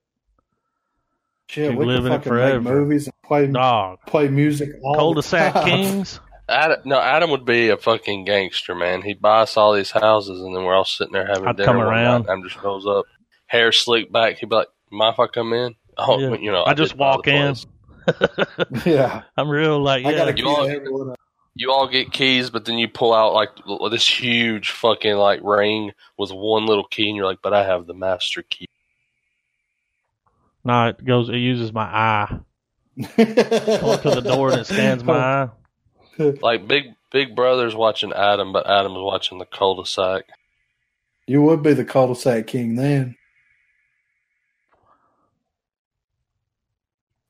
Speaker 2: Shit,
Speaker 1: You
Speaker 2: we
Speaker 1: live
Speaker 2: can
Speaker 1: in it
Speaker 2: fucking
Speaker 1: forever.
Speaker 2: make movies and play
Speaker 1: dog.
Speaker 2: play music. All the
Speaker 1: Cul-de-sac
Speaker 2: time.
Speaker 1: kings.
Speaker 3: Adam, no, Adam would be a fucking gangster, man. He'd buy us all these houses, and then we're all sitting there having
Speaker 1: I'd
Speaker 3: dinner.
Speaker 1: come
Speaker 3: one night,
Speaker 1: around.
Speaker 3: Adam just goes up, hair slicked back. He'd be like, "Mind if I come in?" Oh,
Speaker 1: Yeah.
Speaker 3: you know,
Speaker 1: I just
Speaker 3: did buy the
Speaker 1: walk in.
Speaker 3: place.
Speaker 2: Yeah,
Speaker 1: I'm real like
Speaker 2: I
Speaker 1: yeah.
Speaker 2: got to
Speaker 3: you
Speaker 2: keep
Speaker 3: all-
Speaker 2: everyone.
Speaker 3: You all get keys, but then you pull out like l- this huge fucking like ring with one little key, and you're like, "But I have the master key."
Speaker 1: No, it goes. It uses my eye. Go up
Speaker 2: Up
Speaker 1: to the door and it scans my eye.
Speaker 3: Like big big brother's watching Adam, but Adam's watching the cul-de-sac.
Speaker 2: You would be the cul-de-sac king then.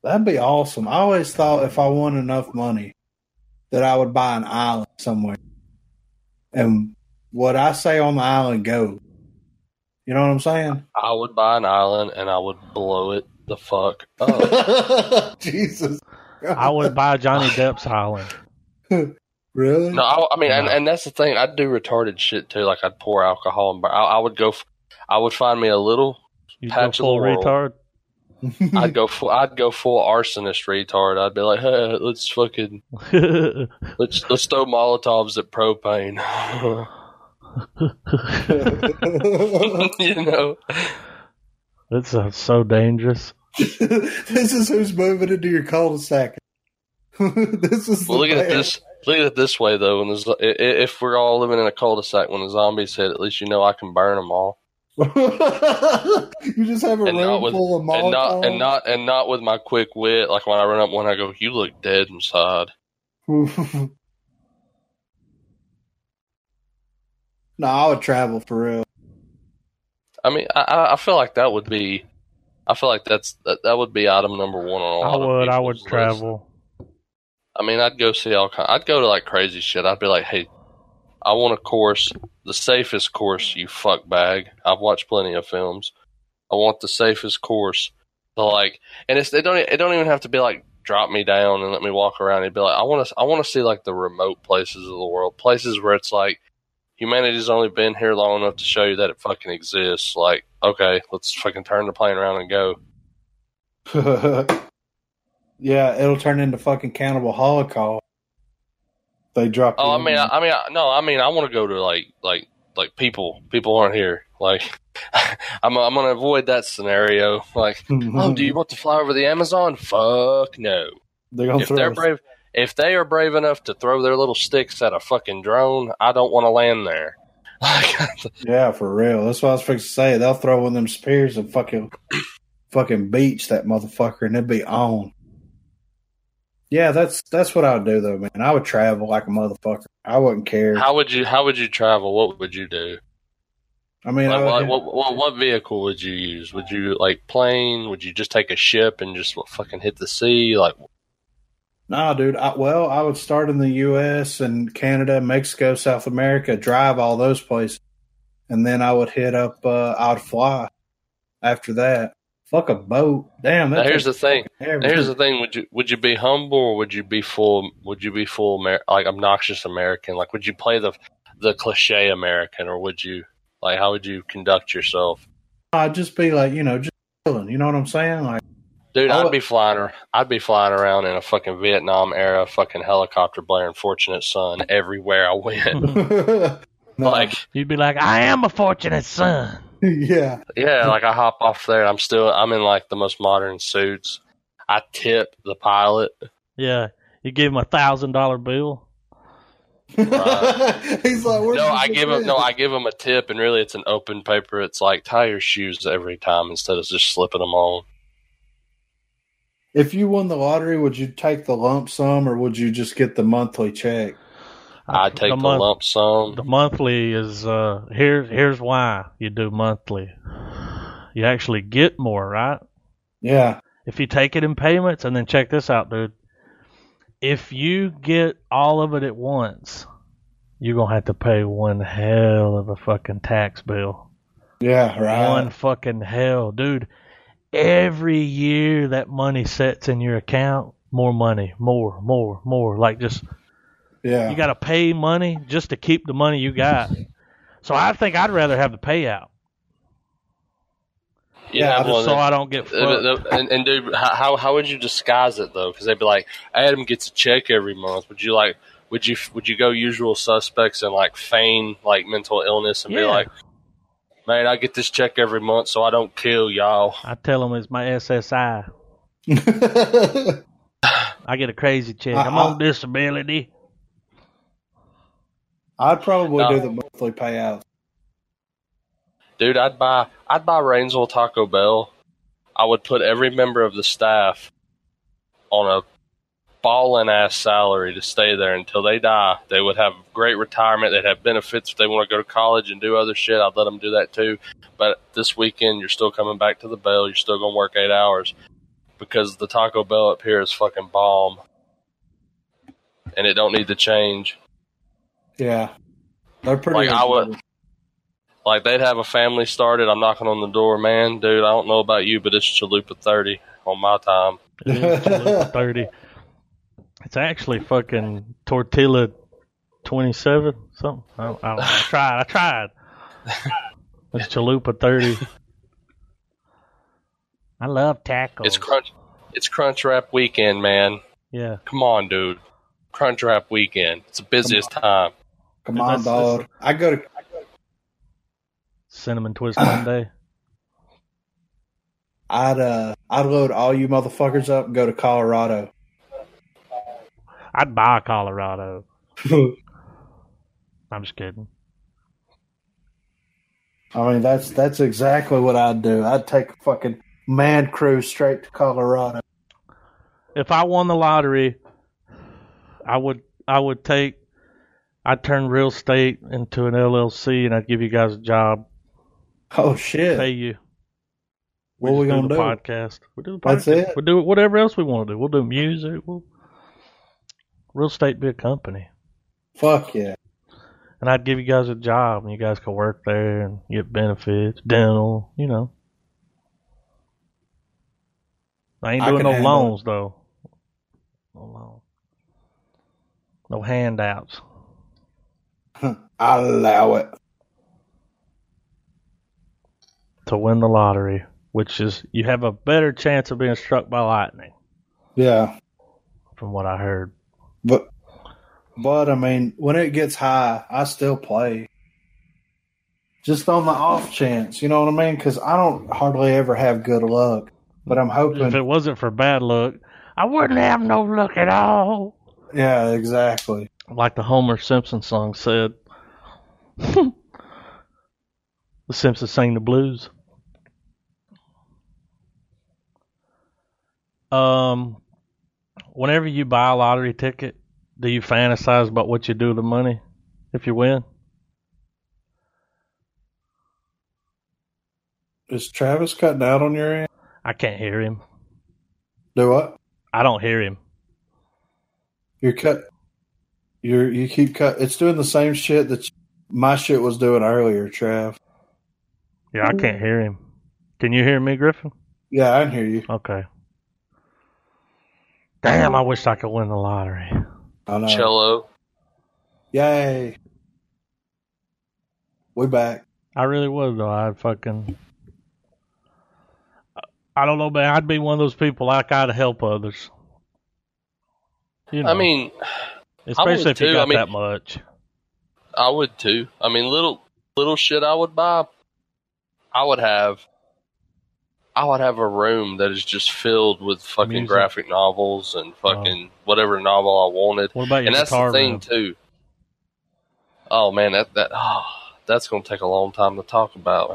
Speaker 2: That'd be awesome. I always thought if I won enough money that I would buy an island somewhere. And what I say on the island goes. You know what I'm saying?
Speaker 3: I would buy an island and I would blow it the fuck up.
Speaker 2: Jesus.
Speaker 1: I would buy Johnny Depp's Island.
Speaker 2: Really?
Speaker 3: No, I, I mean, and,
Speaker 1: No.
Speaker 3: and that's the thing. I'd do retarded shit too. Like I'd pour alcohol and bar- I, I would go. f- I would find me a little.
Speaker 1: You go
Speaker 3: Patch of the
Speaker 1: full
Speaker 3: world.
Speaker 1: retard.
Speaker 3: I'd go. Full, I'd go full arsonist retard. I'd be like, hey, let's fucking let's let's throw molotovs at propane. you know,
Speaker 1: that sounds so dangerous.
Speaker 2: this is who's moving into your cul-de-sac. this is
Speaker 3: well,
Speaker 2: the
Speaker 3: look at it
Speaker 2: man.
Speaker 3: this. Look at it this way though. When there's, i- i- if we're all living in a cul-de-sac, when the zombies hit, at least you know I can burn them all,
Speaker 2: you just have a
Speaker 3: And not
Speaker 2: room
Speaker 3: with-
Speaker 2: full of
Speaker 3: and not
Speaker 2: Molotovs.
Speaker 3: and not and not with my quick wit. Like when I run up one, I go, "You look dead inside."
Speaker 2: no, I would travel for real.
Speaker 3: I mean, I- I, I feel like that would be, I feel like that's that, that would be item number one on a
Speaker 1: I
Speaker 3: lot of
Speaker 1: would. I would
Speaker 3: people's lists.
Speaker 1: travel.
Speaker 3: I mean, I'd go see all kind. I'd go to like crazy shit. I'd be like, hey, I want a course, the safest course, you fuck bag. I've watched plenty of films. I want the safest course. So like, and it's they don't e, it don't even have to be like drop me down and let me walk around. It'd be like I want to I want to see like the remote places of the world, places where it's like humanity's only been here long enough to show you that it fucking exists. Like, okay, let's fucking turn the plane around and go.
Speaker 2: yeah, it'll turn into fucking cannibal holocaust. They drop.
Speaker 3: Oh, I
Speaker 2: you
Speaker 3: mean,
Speaker 2: in.
Speaker 3: I, I mean, I, no, I mean, I want to go to like, like, like people. People aren't here. Like, I'm, I'm gonna avoid that scenario. Like, oh,
Speaker 2: Mm-hmm.
Speaker 3: do you want to fly over the Amazon? Fuck no.
Speaker 2: They're gonna
Speaker 3: If they're
Speaker 2: throw. us-
Speaker 3: brave, if they are brave enough to throw their little sticks at a fucking drone, I don't want to land there. Like,
Speaker 2: Yeah, for real. That's what I was fixing to say. They'll throw one of them spears and fucking, fucking beach that motherfucker, and it'd be on. Yeah, that's that's what I would do though, man. I would travel like a motherfucker. I wouldn't care.
Speaker 3: how would you, how would you travel? What would you do?
Speaker 2: I mean, I
Speaker 3: Like,
Speaker 2: would,
Speaker 3: what, what, what, what vehicle would you use? Would you like plane? Would you just take a ship and just fucking hit the sea? Like,
Speaker 2: Nah, dude. I, well, I would start in the U.S. and Canada, Mexico, South America, drive all those places, and then I would hit up. Uh, I would fly after that. Fuck a boat. Damn.
Speaker 3: now,
Speaker 2: That
Speaker 3: here's the thing.
Speaker 2: the
Speaker 3: Here's the thing: would you would you be humble or would you be full? Would you be full Amer- like obnoxious American? Like, would you play the the cliche American, or would you like how would you conduct yourself?
Speaker 2: I'd just be like, you know, just chilling. You know what I'm saying? Like,
Speaker 3: Dude,
Speaker 2: I
Speaker 3: I'd
Speaker 2: would-
Speaker 3: be flying. ar- I'd be flying around in a fucking Vietnam era fucking helicopter, blaring "Fortunate Son" everywhere I went.
Speaker 2: I
Speaker 3: Like,
Speaker 1: You'd be like, I am a fortunate son.
Speaker 2: yeah,
Speaker 3: yeah, like I hop off there. and I'm still, I'm in like the most modern suits. I tip the pilot.
Speaker 1: Yeah. You give him a thousand dollar bill.
Speaker 3: Right.
Speaker 2: he's like, Where's
Speaker 3: uh, No,
Speaker 2: this
Speaker 3: I give him.
Speaker 2: at?
Speaker 3: No, I give him a tip, and really, it's an open paper. It's like tie your shoes every time instead of just slipping them on.
Speaker 2: If you won the lottery, would you take the lump sum or would you just get the monthly check?
Speaker 3: I take the,
Speaker 1: month-
Speaker 3: lump sum.
Speaker 1: The monthly is uh here's here's why you do monthly. You actually get more, right?
Speaker 2: Yeah,
Speaker 1: If you take it in payments and then check this out, dude. If you get all of it at once, you're gonna have to pay one hell of a fucking tax bill.
Speaker 2: yeah, right.
Speaker 1: One fucking hell, dude. Every year that money sets in your account, more money, more, more, more. Like just
Speaker 2: yeah,
Speaker 1: you got to pay money just to keep the money you got. So I think I'd rather have the payout,
Speaker 2: yeah,
Speaker 3: yeah, well,
Speaker 1: so I don't get
Speaker 3: Uh,
Speaker 1: fucked.
Speaker 3: but the- and, and dude, how how- how would you disguise it though? Because they'd be like, Adam gets a check every month. Would you like? Would you would you go usual suspects and like feign like mental illness and be
Speaker 1: Yeah.
Speaker 3: like, man, I get this check every month, so I don't kill y'all.
Speaker 1: I tell them it's my SSI. I get a crazy check. I'm
Speaker 2: Uh-uh.
Speaker 1: on disability.
Speaker 2: I'd probably
Speaker 3: No.
Speaker 2: do the monthly payouts.
Speaker 3: Dude, I'd buy I'd buy Rainsville Taco Bell. I would put every member of the staff on a balling ass salary to stay there until they die. They would have great retirement. They'd have benefits if they want to go to college and do other shit. I'd let them do that too. But this weekend, you're still coming back to the Bell. You're still gonna work eight hours because the Taco Bell up here is fucking bomb, and it don't need to change.
Speaker 2: Yeah, they're pretty.
Speaker 3: Like, I would- Like they'd have a family started. I'm knocking on the door, man, dude. I don't know about you, but it's Chalupa thirty on my time.
Speaker 1: It is Chalupa Thirty. It's actually fucking Tortilla Twenty Seven something. I, don't, I, don't, know. I tried. I tried. It's Chalupa Thirty. I love
Speaker 2: Oh.
Speaker 1: tacos.
Speaker 3: It's crunch. It's crunch wrap weekend, man.
Speaker 1: yeah.
Speaker 3: Come on, dude. Crunch wrap weekend. It's the busiest time.
Speaker 2: Come on,
Speaker 1: That's- that's-
Speaker 2: dog. I go to.
Speaker 1: Cinnamon twist Monday.
Speaker 2: I'd uh. I'd load all you motherfuckers up and go to Colorado.
Speaker 1: I'd buy Colorado. I'm just kidding.
Speaker 2: I mean, that's that's exactly what I'd do. I'd take a fucking man cruise straight to Colorado.
Speaker 1: If I won the lottery, I would I would take I'd turn real estate into an LLC and I'd give you guys a job,
Speaker 2: Oh shit!
Speaker 1: pay you.
Speaker 2: what we
Speaker 1: just
Speaker 2: gonna do?
Speaker 1: the podcast. We do the podcast.
Speaker 2: That's it.
Speaker 1: We do whatever else we want to do. We'll do music. We'll real estate be a company,
Speaker 2: Fuck yeah!
Speaker 1: and I'd give you guys a job, and you guys could work there and get benefits, dental. You know, I ain't
Speaker 2: I
Speaker 1: doing
Speaker 2: can
Speaker 1: no
Speaker 2: handle it.
Speaker 1: loans though. No loans. No handouts.
Speaker 2: I allow it.
Speaker 1: to win the lottery, which is you have a better chance of being struck by lightning,
Speaker 2: Yeah,
Speaker 1: from what I heard.
Speaker 2: but but I mean, when it gets high, I still play. Just on the off chance, you know what I mean? Because I don't hardly ever have good luck, but I'm
Speaker 1: If
Speaker 2: hoping.
Speaker 1: it wasn't for bad luck, I wouldn't have no luck at all.
Speaker 2: Yeah, exactly.
Speaker 1: Like the Homer Simpson song said. the Simpsons sing the blues. Um, whenever you buy a lottery ticket, do you fantasize about what you do with the money if you win?
Speaker 2: Is Travis cutting out on your end?
Speaker 1: I can't hear him.
Speaker 2: Do what?
Speaker 1: I don't hear him.
Speaker 2: You're cut. You're you keep cut. It's doing the same shit that my shit was doing earlier, Trav.
Speaker 1: Yeah, I can't hear him. Can you hear me, Griffin?
Speaker 2: Yeah, I can hear you.
Speaker 1: Okay. Damn, I wish I could win the lottery.
Speaker 2: I know.
Speaker 3: Cello.
Speaker 2: Yay! We back.
Speaker 1: I really would though. I'd fucking. I don't know, man. I'd be one of those people like I'd help others. You know,
Speaker 3: I mean,
Speaker 1: especially
Speaker 3: would
Speaker 1: if you
Speaker 3: too.
Speaker 1: got
Speaker 3: I mean-
Speaker 1: that much.
Speaker 3: I would too. I mean, little little shit I would buy. I would have. I would have a room that is just filled with fucking
Speaker 1: Music.
Speaker 3: graphic novels and fucking whatever novel I wanted.
Speaker 1: What about your
Speaker 3: and that's
Speaker 1: guitar
Speaker 3: the thing
Speaker 1: room?
Speaker 3: too. Oh man, that that oh, that's gonna take a long time to talk about.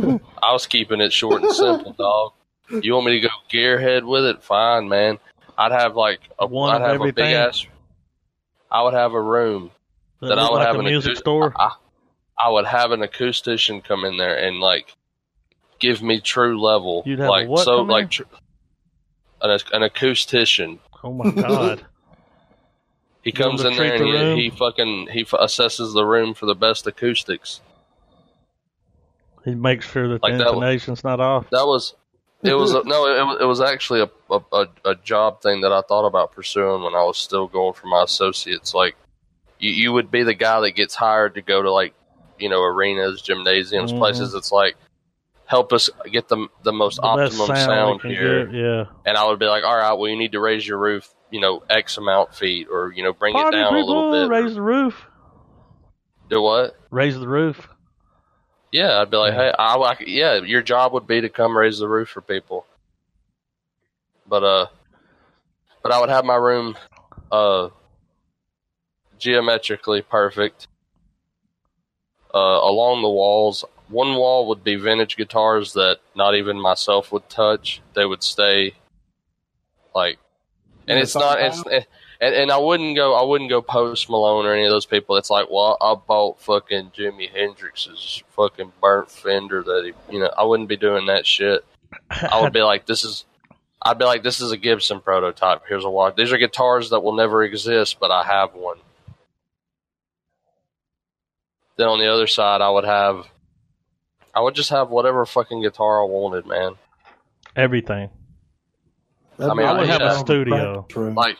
Speaker 3: Man. I was keeping it short and simple, dog. You want me to go gearhead with it? Fine, man. I'd have like a
Speaker 1: One
Speaker 3: would
Speaker 1: of
Speaker 3: have a
Speaker 1: everything.
Speaker 3: big ass. I would have a room
Speaker 1: That
Speaker 3: that I
Speaker 1: look
Speaker 3: would
Speaker 1: like
Speaker 3: have
Speaker 1: a
Speaker 3: an
Speaker 1: music
Speaker 3: acou-
Speaker 1: store.
Speaker 3: I, I would have an acoustician come in there and like give me true level.
Speaker 1: You'd have a
Speaker 3: like
Speaker 1: what
Speaker 3: so
Speaker 1: come in?
Speaker 3: like tr- an ac- an acoustician.
Speaker 1: Oh my god!
Speaker 3: He
Speaker 1: Be able
Speaker 3: comes
Speaker 1: to
Speaker 3: in
Speaker 1: treat
Speaker 3: there
Speaker 1: the room?
Speaker 3: and he, he fucking he f- assesses the room for the best acoustics.
Speaker 1: He makes sure that
Speaker 3: Like
Speaker 1: the
Speaker 3: that one.
Speaker 1: intonation's not off.
Speaker 3: That was it was a, no it, was- it was actually a, a a- a job thing that I thought about pursuing when I was still going for my associates. Like you, you would be the guy that gets hired to go to like you know arenas, gymnasiums,
Speaker 1: Mhm.
Speaker 3: places. It's like help us get the the most
Speaker 1: The best
Speaker 3: optimum
Speaker 1: sound,
Speaker 3: sound,
Speaker 1: we can
Speaker 3: here.
Speaker 1: get, Yeah.
Speaker 3: And I would be like, all right, well you need to raise your roof, you know, x amount feet, or you know bring
Speaker 1: Party
Speaker 3: it down
Speaker 1: people,
Speaker 3: a little bit.
Speaker 1: raise the roof.
Speaker 3: Do what?
Speaker 1: Raise the roof.
Speaker 3: Yeah, I'd be like,
Speaker 1: Yeah.
Speaker 3: hey, I, I, yeah, your job would be to come raise the roof for people. But uh, but I would have my room, uh, geometrically perfect. Uh, along the walls, one wall would be vintage guitars that not even myself would touch. They would stay, like, and
Speaker 2: Yeah,
Speaker 3: it's not, it's, and, and I wouldn't go, I wouldn't go post Malone or any of those people. That's like, well, I bought fucking Jimi Hendrix's fucking burnt fender that he, you know, I wouldn't be doing that shit. I would be like, this is, I'd be like, this is a Gibson prototype. Here's a watch. These are guitars that will never exist, but I have one. Then on the other side, I would have, I would just have whatever fucking guitar I wanted, man.
Speaker 1: Everything.
Speaker 3: I mean, I would have a
Speaker 1: studio.
Speaker 2: Like,
Speaker 3: Like,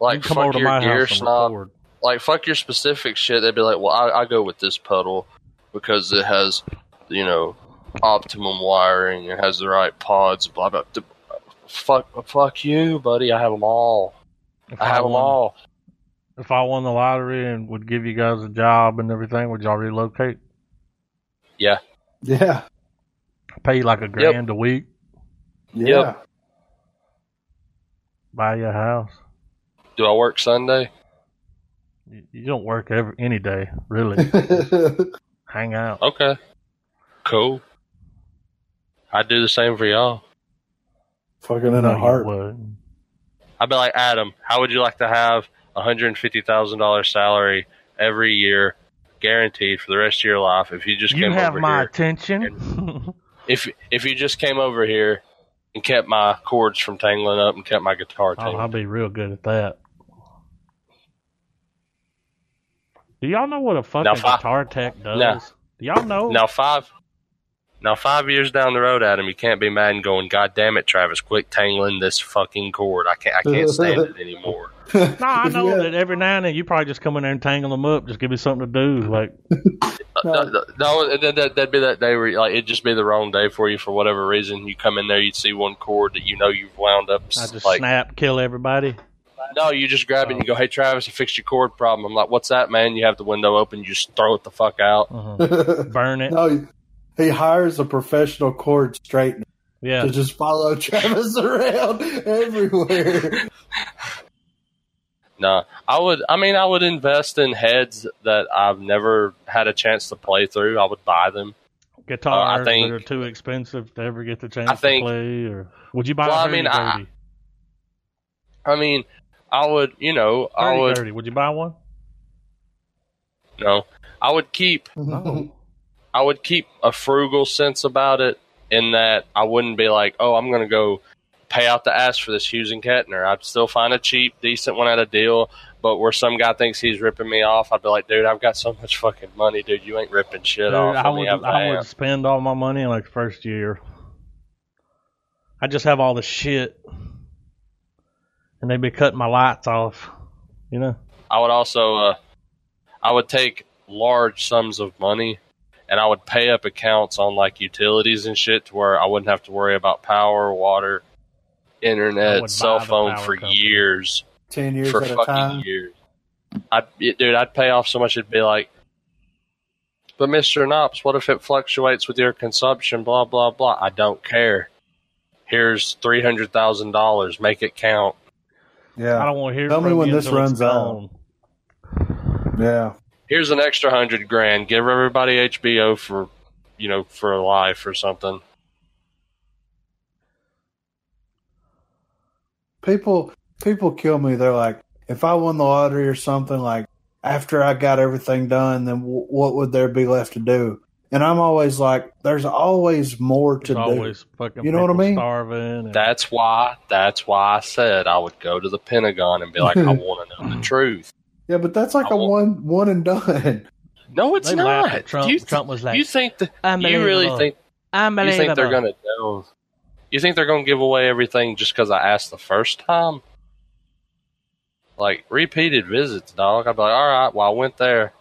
Speaker 3: like
Speaker 1: you can come
Speaker 3: fuck
Speaker 1: over to
Speaker 3: your
Speaker 1: my
Speaker 3: gear
Speaker 1: house and
Speaker 3: snob.
Speaker 1: record.
Speaker 3: like fuck your specific shit. They'd be like, well, I, I go with this pedal because it has, you know, optimum wiring. It has the right pods. Blah blah. blah. Fuck, fuck you, buddy. I have them all.
Speaker 1: If
Speaker 3: I have them
Speaker 1: won-
Speaker 3: all.
Speaker 1: If I won the lottery and would give you guys a job and everything, would y'all relocate?
Speaker 2: yeah,
Speaker 1: Pay you like a grand a week,
Speaker 2: yeah.
Speaker 3: Yep.
Speaker 1: buy you a house.
Speaker 3: Do I work Sunday?
Speaker 1: You, you don't work every any day, really. Hang out.
Speaker 3: Okay, cool. I would do the same for y'all.
Speaker 2: Fucking in
Speaker 1: No,
Speaker 2: a
Speaker 1: you
Speaker 2: heart.
Speaker 1: wouldn't.
Speaker 3: I'd be like, Adam, how would you like to have a hundred and fifty thousand dollars salary every year, guaranteed for the rest of your life if you just
Speaker 1: You
Speaker 3: came
Speaker 1: have
Speaker 3: over
Speaker 1: my
Speaker 3: here?
Speaker 1: attention.
Speaker 3: if if you just came over here and kept my cords from tangling up and kept my guitar
Speaker 1: Oh,
Speaker 3: tangled.
Speaker 1: I'll be real good at that. Do y'all know what a fucking
Speaker 3: Now, fi-
Speaker 1: guitar tech does?
Speaker 3: No.
Speaker 1: Do y'all know?
Speaker 3: now five now five years down the road, Adam, you can't be mad and going, God damn it, Travis, quit tangling this fucking cord. I can't I can't stand it anymore.
Speaker 1: No, I know
Speaker 2: Yeah.
Speaker 1: that every now and then you probably just come in there and tangle them up. Just give me something to do. Like,
Speaker 3: No, no, no, that, that, that'd be that day where like it'd just be the wrong day for you for whatever reason. You come in there, you'd see one cord that you know you've wound up.
Speaker 1: I just Oh.
Speaker 3: like,
Speaker 1: snap, kill everybody.
Speaker 3: no, you just grab it and you go, "Hey, Travis, I fixed your cord problem." I'm like, "What's that, man?" You have the window open, you just throw it the fuck out.
Speaker 1: Mhm. Burn it.
Speaker 2: no, he- he hires a professional cord straightener
Speaker 1: Yeah.
Speaker 2: to just follow Travis around everywhere.
Speaker 3: No, I would. I mean, I would invest in heads that I've never had a chance to play through. I would buy them.
Speaker 1: Guitars
Speaker 3: Oh, think-
Speaker 1: that are too expensive to ever get the chance
Speaker 3: I think-
Speaker 1: to play. Or would you buy
Speaker 3: Well, I
Speaker 1: a Hurdy
Speaker 3: mean, I-
Speaker 1: Gurdy?
Speaker 3: I mean, I would. You know, I
Speaker 1: Hurdy
Speaker 3: would.
Speaker 1: Gurdy, Would you buy one?
Speaker 3: No, I would keep. I would keep a frugal sense about it. In that, I wouldn't be like, "Oh, I'm going to go pay out the ass for this Hughes and Kettner." I'd still find a cheap, decent one at a deal. But where some guy thinks he's ripping me off, I'd be like, "Dude, I've got so much fucking money, dude. You ain't ripping shit
Speaker 1: Dude,
Speaker 3: off."
Speaker 1: I
Speaker 3: Let me
Speaker 1: would,
Speaker 3: have the
Speaker 1: I
Speaker 3: ass."
Speaker 1: would spend all my money in like the first year. I just have all the shit, and they'd be cutting my lights off. You know,
Speaker 3: I would also uh, I would take large sums of money and I would pay up accounts on like utilities and shit to where I wouldn't have to worry about power, water,
Speaker 1: I would
Speaker 3: internet,
Speaker 1: buy
Speaker 3: cell
Speaker 1: the
Speaker 3: phone
Speaker 1: power
Speaker 3: for
Speaker 1: company.
Speaker 3: years,
Speaker 2: Ten years
Speaker 3: for
Speaker 2: at a
Speaker 3: fucking
Speaker 2: time.
Speaker 3: years. I, it- dude, I'd pay off so much. It'd be like, but Mister Knops, what if it fluctuates with your consumption? Blah blah blah. I don't care. Here's three hundred thousand dollars. Make it count.
Speaker 1: I
Speaker 2: Yeah.
Speaker 1: don't want to hear.
Speaker 2: Tell me
Speaker 1: from
Speaker 2: when
Speaker 1: you
Speaker 2: this
Speaker 1: until it's
Speaker 2: runs out.
Speaker 1: gone.
Speaker 2: Yeah.
Speaker 3: Here's an extra hundred grand. Give everybody HBO for, you know, for life or something.
Speaker 2: People people kill me. They're like, if I won the lottery or something, like after I got everything done, then w- what would there be left to do? And I'm always like, there's always more to
Speaker 1: There's
Speaker 2: do.
Speaker 1: always fucking
Speaker 2: You know what I
Speaker 1: people
Speaker 2: mean?
Speaker 1: Starving. and-
Speaker 3: That's why. That's why I said I would go to the Pentagon and be like, I want to know the truth.
Speaker 2: Yeah, but that's like
Speaker 3: I
Speaker 2: a
Speaker 3: won't-
Speaker 2: one one and done.
Speaker 3: No, it's
Speaker 1: they laughed
Speaker 3: not.
Speaker 1: at Trump.
Speaker 3: You,
Speaker 1: Trump was like,
Speaker 3: you think that you
Speaker 1: "Unbelievable.
Speaker 3: really think You
Speaker 1: Unbelievable.
Speaker 3: think they're gonna do? You think they're gonna give away everything just because I asked the first time? Like repeated visits, dog. I'd be like, all right, well, I went there.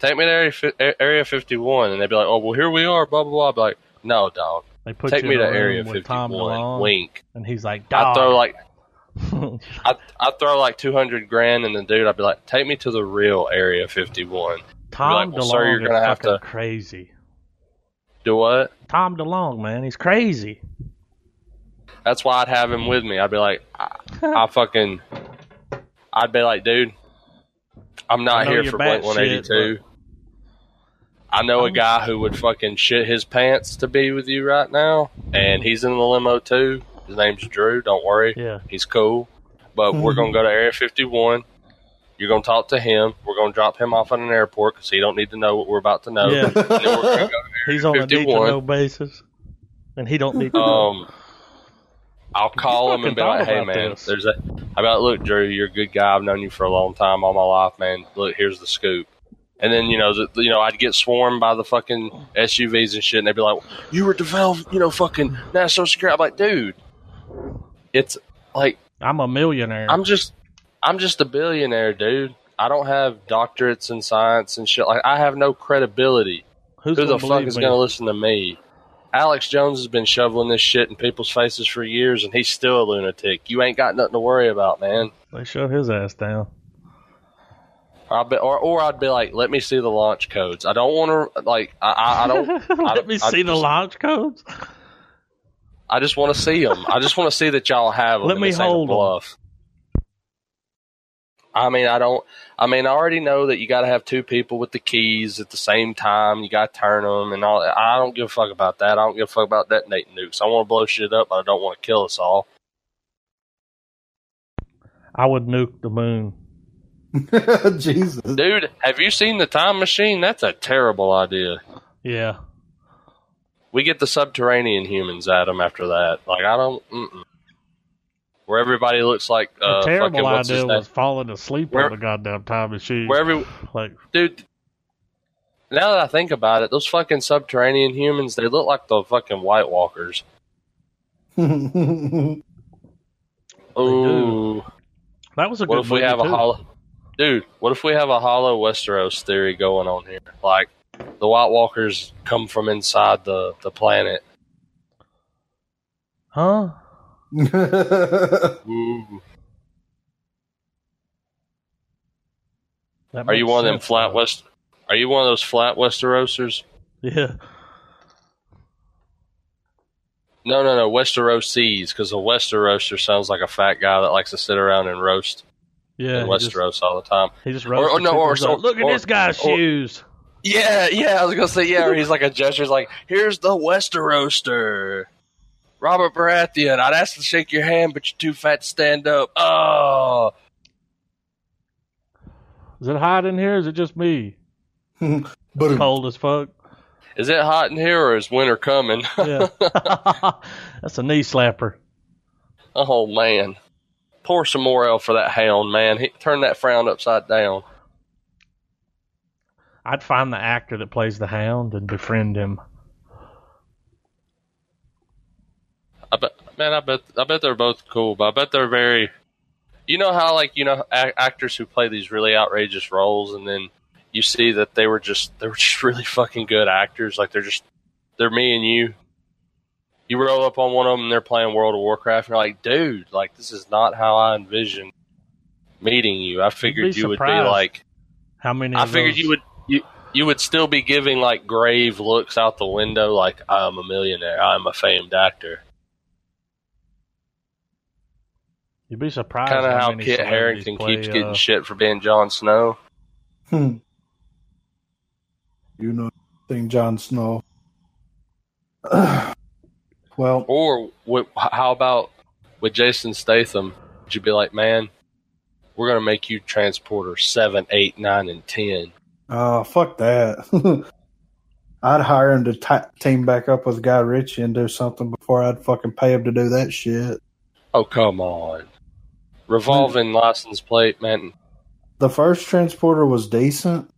Speaker 3: Take me to Area fi- A- Area 51, and they'd be like, oh, well, here we are, blah blah blah. I'd be like, no, dog.
Speaker 1: They put
Speaker 3: Take
Speaker 1: you
Speaker 3: me
Speaker 1: in
Speaker 3: to
Speaker 1: a room
Speaker 3: Area
Speaker 1: with Tom
Speaker 3: 51.
Speaker 1: DeLonge,
Speaker 3: Wink.
Speaker 1: and he's like,
Speaker 3: I
Speaker 1: "Dog."
Speaker 3: throw like I I throw like 200 grand, and the dude, I'd be like, take me to the real Area 51.
Speaker 1: Tom
Speaker 3: well,
Speaker 1: DeLonge
Speaker 3: sir, you're
Speaker 1: is
Speaker 3: gonna have
Speaker 1: fucking
Speaker 3: to-
Speaker 1: crazy.
Speaker 3: Do what?
Speaker 1: Tom DeLonge, man, he's crazy.
Speaker 3: That's why I'd have him with me. I'd be like, I, I fucking, I'd be like, dude, I'm
Speaker 1: I
Speaker 3: not
Speaker 1: know
Speaker 3: here
Speaker 1: you're
Speaker 3: for Blink
Speaker 1: batshit,
Speaker 3: 182. I know a guy who would fucking shit his pants to be with you right now, and he's in the limo too. His name's Drew. Don't worry,
Speaker 1: Yeah, Mm-hmm.
Speaker 3: he's cool. But we're gonna go to Area 51. You're gonna talk to him. We're gonna drop him off at an airport because he don't need to know what we're about to know.
Speaker 1: Yeah.
Speaker 3: And then we're gonna go
Speaker 1: he's on a need to
Speaker 3: 51.
Speaker 1: know basis, and he don't need to know.
Speaker 3: Um, I'll call him and be
Speaker 1: fucking
Speaker 3: like,
Speaker 1: thought
Speaker 3: "Hey,
Speaker 1: about
Speaker 3: man,
Speaker 1: this."
Speaker 3: there's a." I'm like, "Look, Drew, you're a good guy. I've known you for a long time, all my life, man. Look, here's the scoop." And then you know, the, you know, I'd get swarmed by the fucking SUVs and shit, and they'd be like, "You were developed, you know, fucking national security." I'm like, "Dude, it's like
Speaker 1: I'm a millionaire.
Speaker 3: I'm just, I'm just a billionaire, dude. I don't have doctorates in science and shit. Like, I have no credibility."
Speaker 1: Who's
Speaker 3: Who the
Speaker 1: gonna
Speaker 3: fuck
Speaker 1: believe
Speaker 3: is
Speaker 1: me?
Speaker 3: going to listen to me? Alex Jones has been shoveling this shit in people's faces for years, and he's still a lunatic. You ain't got nothing to worry about, man.
Speaker 1: They shut his ass down.
Speaker 3: I'll be, or, or I'd be like, let me see the launch codes. I don't want to like, I, I, I don't.
Speaker 1: Let
Speaker 3: I-
Speaker 1: me
Speaker 3: I
Speaker 1: see the
Speaker 3: just-
Speaker 1: launch codes.
Speaker 3: I just want to see them. I just want to see that y'all have them.
Speaker 1: Let
Speaker 3: and
Speaker 1: me
Speaker 3: this ain't a
Speaker 1: hold 'em.
Speaker 3: bluff. I mean, I don't. I mean, I already know that you got to have two people with the keys at the same time. You got to turn them and all. that. I don't give a fuck about that. I don't give a fuck about detonating nukes. I want to blow shit up, but I don't want to kill us all.
Speaker 1: I would nuke the moon.
Speaker 2: Jesus.
Speaker 3: Dude, have you seen the time machine? That's a terrible idea.
Speaker 1: Yeah,
Speaker 3: We get the subterranean humans at them after that. Like I don't. Mm-mm. Where everybody looks like uh,
Speaker 1: a terrible
Speaker 3: fucking, what's his
Speaker 1: idea
Speaker 3: name?
Speaker 1: was falling asleep
Speaker 3: Where-
Speaker 1: on the goddamn time machine.
Speaker 3: where every
Speaker 1: like,
Speaker 3: dude. Now that I think about it, those fucking subterranean humans—they look like the fucking White Walkers.
Speaker 2: yeah,
Speaker 3: Ooh,
Speaker 1: that was a
Speaker 3: what
Speaker 1: good
Speaker 3: if we
Speaker 1: movie,
Speaker 3: have a
Speaker 1: too.
Speaker 3: hollow? Dude, what if we have a hollow Westeros theory going on here? Like the White Walkers come from inside the the planet.
Speaker 1: Huh?
Speaker 3: Ooh.
Speaker 1: That
Speaker 3: Are you
Speaker 1: makes
Speaker 3: one of them
Speaker 1: sense,
Speaker 3: flat
Speaker 1: though.
Speaker 3: west? Are you one of those flat Westerosers?
Speaker 1: Yeah.
Speaker 3: No, no, no, Westeroses, because a Westeroser sounds like a fat guy that likes to sit around and roast
Speaker 1: Yeah.
Speaker 3: in
Speaker 1: he just-
Speaker 3: Westeros all the time.
Speaker 1: He just
Speaker 3: Or-
Speaker 1: rubs
Speaker 3: or
Speaker 1: the
Speaker 3: no, or-
Speaker 1: tickles up.
Speaker 3: or-
Speaker 1: Look
Speaker 3: or-
Speaker 1: at this guy's
Speaker 3: or-
Speaker 1: shoes.
Speaker 3: Yeah, yeah, I was gonna say yeah. Or he's like a gesture. He's like, "Here's the Westeroster, Robert Baratheon. I'd ask to shake your hand, but you're too fat to stand up." Oh,
Speaker 1: Is it hot in here? Or is it just me? It's
Speaker 2: Mm.
Speaker 1: cold as fuck.
Speaker 3: is it hot in here, or is winter coming?
Speaker 1: Yeah. That's a knee slapper.
Speaker 3: oh man, pour some more ale for that hound, man. He, turn that frown upside down.
Speaker 1: I'd find the actor that plays the hound and befriend him.
Speaker 3: I bet, man, I bet, I bet they're both cool, but I bet they're very. You know how like you know a- actors who play these really outrageous roles, and then you see that they were just they were just really fucking good actors. Like they're just they're me and you. You roll up on one of them, and they're playing World of Warcraft, and you're like, dude, like this is not how I envisioned meeting you. I figured
Speaker 1: be
Speaker 3: you would be
Speaker 1: surprised.
Speaker 3: like
Speaker 1: How many?
Speaker 3: I
Speaker 1: of
Speaker 3: figured
Speaker 1: those-
Speaker 3: you would you you would still be giving like grave looks out the window, like I'm a millionaire, I'm a famed actor,
Speaker 1: You'd be surprised.
Speaker 3: kind of how
Speaker 1: many
Speaker 3: Kit
Speaker 1: celebrities
Speaker 3: Harrington
Speaker 1: play,
Speaker 3: keeps
Speaker 1: uh,
Speaker 3: getting shit for being Jon Snow.
Speaker 2: Hmm. You know, thing Jon Snow. well,
Speaker 3: Or wh- how about with Jason Statham? Would you be like, man, we're gonna make you transporter seven, eight, nine, and ten?
Speaker 2: Oh, fuck that. I'd hire him to ti team back up with Guy Ritchie and do something before I'd fucking pay him to do that shit.
Speaker 3: Oh come on! Revolving license plate, man.
Speaker 2: The first transporter was decent.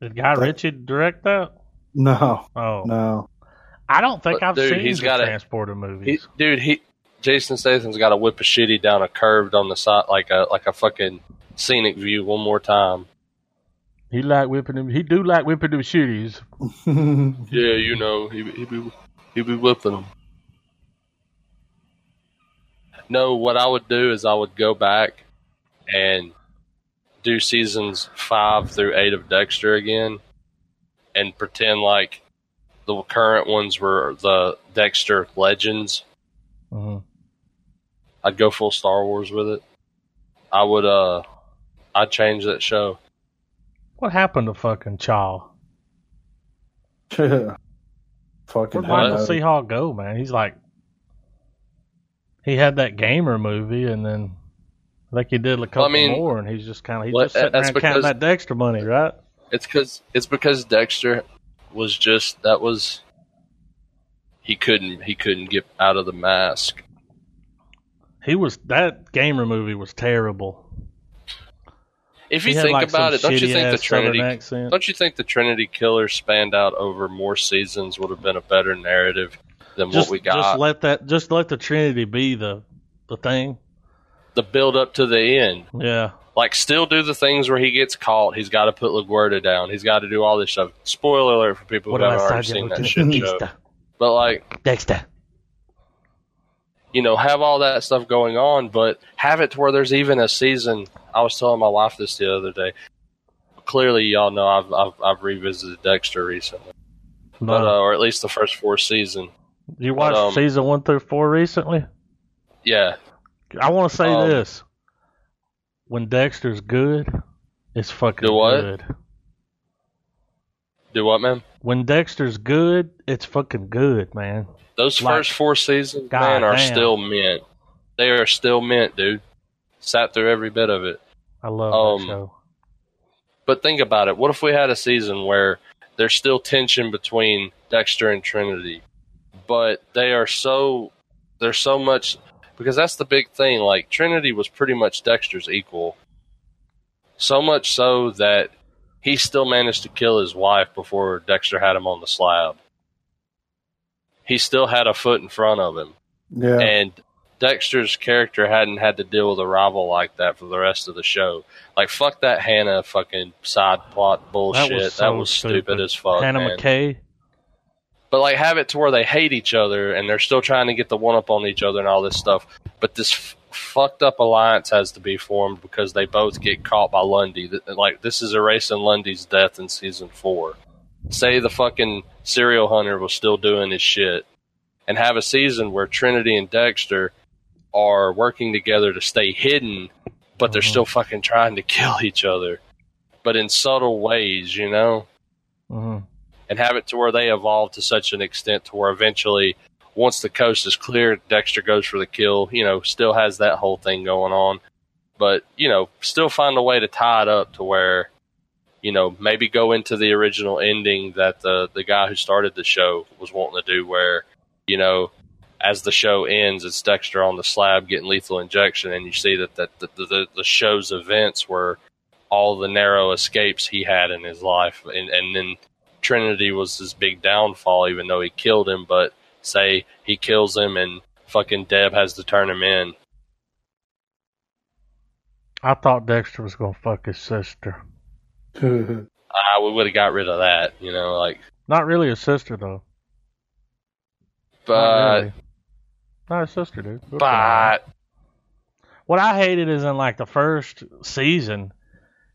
Speaker 1: Did Guy Ritchie direct that?
Speaker 2: No,
Speaker 1: Oh,
Speaker 2: no.
Speaker 1: I don't think
Speaker 3: But,
Speaker 1: I've
Speaker 3: dude,
Speaker 1: seen
Speaker 3: he's
Speaker 1: the
Speaker 3: got a-
Speaker 1: transporter
Speaker 3: He,
Speaker 1: movies.
Speaker 3: dude, he Jason Statham's got to whip a shitty down a curved on the side like a like a fucking scenic view one more time.
Speaker 1: He, like whipping them. He do like whipping them shitties.
Speaker 3: Yeah, you know he he be he be whipping them. No, what I would do is I would go back and do seasons five through eight of Dexter again, and pretend like the current ones were the Dexter Legends
Speaker 1: hmm
Speaker 3: I'd go full Star Wars with it. I would uh I'd change that show.
Speaker 1: What happened to fucking Chaw?
Speaker 2: fucking
Speaker 1: We're
Speaker 3: What?
Speaker 1: trying
Speaker 2: hell.
Speaker 1: to see how it go, man. He's like, he had that gamer movie, and then I think he did a couple
Speaker 3: mean,
Speaker 1: more, and he's just kind of he's
Speaker 3: well,
Speaker 1: just sitting
Speaker 3: that's
Speaker 1: around counting
Speaker 3: because-
Speaker 1: that Dexter money, right?
Speaker 3: It's cuz it's because Dexter was just that was he couldn't he couldn't get out of the mask.
Speaker 1: He was that gamer movie was terrible.
Speaker 3: If you
Speaker 1: He had,
Speaker 3: think
Speaker 1: like,
Speaker 3: about
Speaker 1: some
Speaker 3: it, don't you think the
Speaker 1: shitty-ass Southern
Speaker 3: Trinity
Speaker 1: accent?
Speaker 3: don't you think the Trinity Killer spanned out over more seasons would have been a better narrative than
Speaker 1: Just,
Speaker 3: what we
Speaker 1: just
Speaker 3: got?
Speaker 1: let that just let the Trinity be the the thing.
Speaker 3: the build up to the end.
Speaker 1: Yeah,
Speaker 3: Like still do the things where he gets caught. He's got to put LaGuardia down. He's got to do all this stuff. Spoiler alert for people who haven't already seen that shit show. But like
Speaker 1: Dexter.
Speaker 3: you know, have all that stuff going on, but have it to where there's even a season. I was telling my wife this the other day. Clearly, y'all know I've I've, I've revisited Dexter recently, but, uh, or at least the first four season.
Speaker 1: you watched
Speaker 3: um,
Speaker 1: season one through four recently?
Speaker 3: Yeah,
Speaker 1: I want to say
Speaker 3: Um,
Speaker 1: this: when Dexter's good, it's fucking
Speaker 3: Do what?
Speaker 1: good.
Speaker 3: do what, man?
Speaker 1: When Dexter's good, it's fucking good, man.
Speaker 3: Those
Speaker 1: Like-
Speaker 3: first four seasons,
Speaker 1: God
Speaker 3: man, are
Speaker 1: damn.
Speaker 3: still mint. They are still mint, dude. Sat through every bit of it.
Speaker 1: I love that
Speaker 3: Um,
Speaker 1: show.
Speaker 3: But think about it. What if we had a season where there's still tension between Dexter and Trinity, but they are so there's so much because that's the big thing. Like Trinity was pretty much Dexter's equal, so much so that he still managed to kill his wife before Dexter had him on the slab. He still had a foot in front of him,
Speaker 2: Yeah.
Speaker 3: and Dexter's character hadn't had to deal with a rival like that for the rest of the show. Like, fuck that Hannah fucking side plot bullshit. oh, That was,
Speaker 1: so
Speaker 3: stupid. as fuck.
Speaker 1: Hannah
Speaker 3: man.
Speaker 1: McKay.
Speaker 3: But like, have it to where they hate each other and they're still trying to get the one up on each other and all this stuff. But this f- fucked up alliance has to be formed because they both get caught by Lundy. Th- Like, this is erasing Lundy's death in season four. Say the fucking serial hunter was still doing his shit, and have a season where Trinity and Dexter are working together to stay hidden, but they're
Speaker 1: Mhm.
Speaker 3: still fucking trying to kill each other, but in subtle ways, you know
Speaker 1: hmm
Speaker 3: and have it to where they evolve to such an extent to where eventually once the coast is clear dexter goes for the kill you know still has that whole thing going on but you know still find a way to tie it up to where you know maybe go into the original ending that the the guy who started the show was wanting to do where you know as the show ends it's dexter on the slab getting lethal injection and you see that that the, the, the show's events were all the narrow escapes he had in his life and and then Trinity was his big downfall, even though he killed him. But say he kills him and fucking Deb has to turn him in.
Speaker 1: I thought Dexter was gonna fuck his sister.
Speaker 3: Ah, we would have got rid of that, you know, like,
Speaker 1: Not really his sister though. Not
Speaker 3: but,
Speaker 1: really. not his sister, dude. Good for her.
Speaker 3: but,
Speaker 1: What I hated is in like the first season,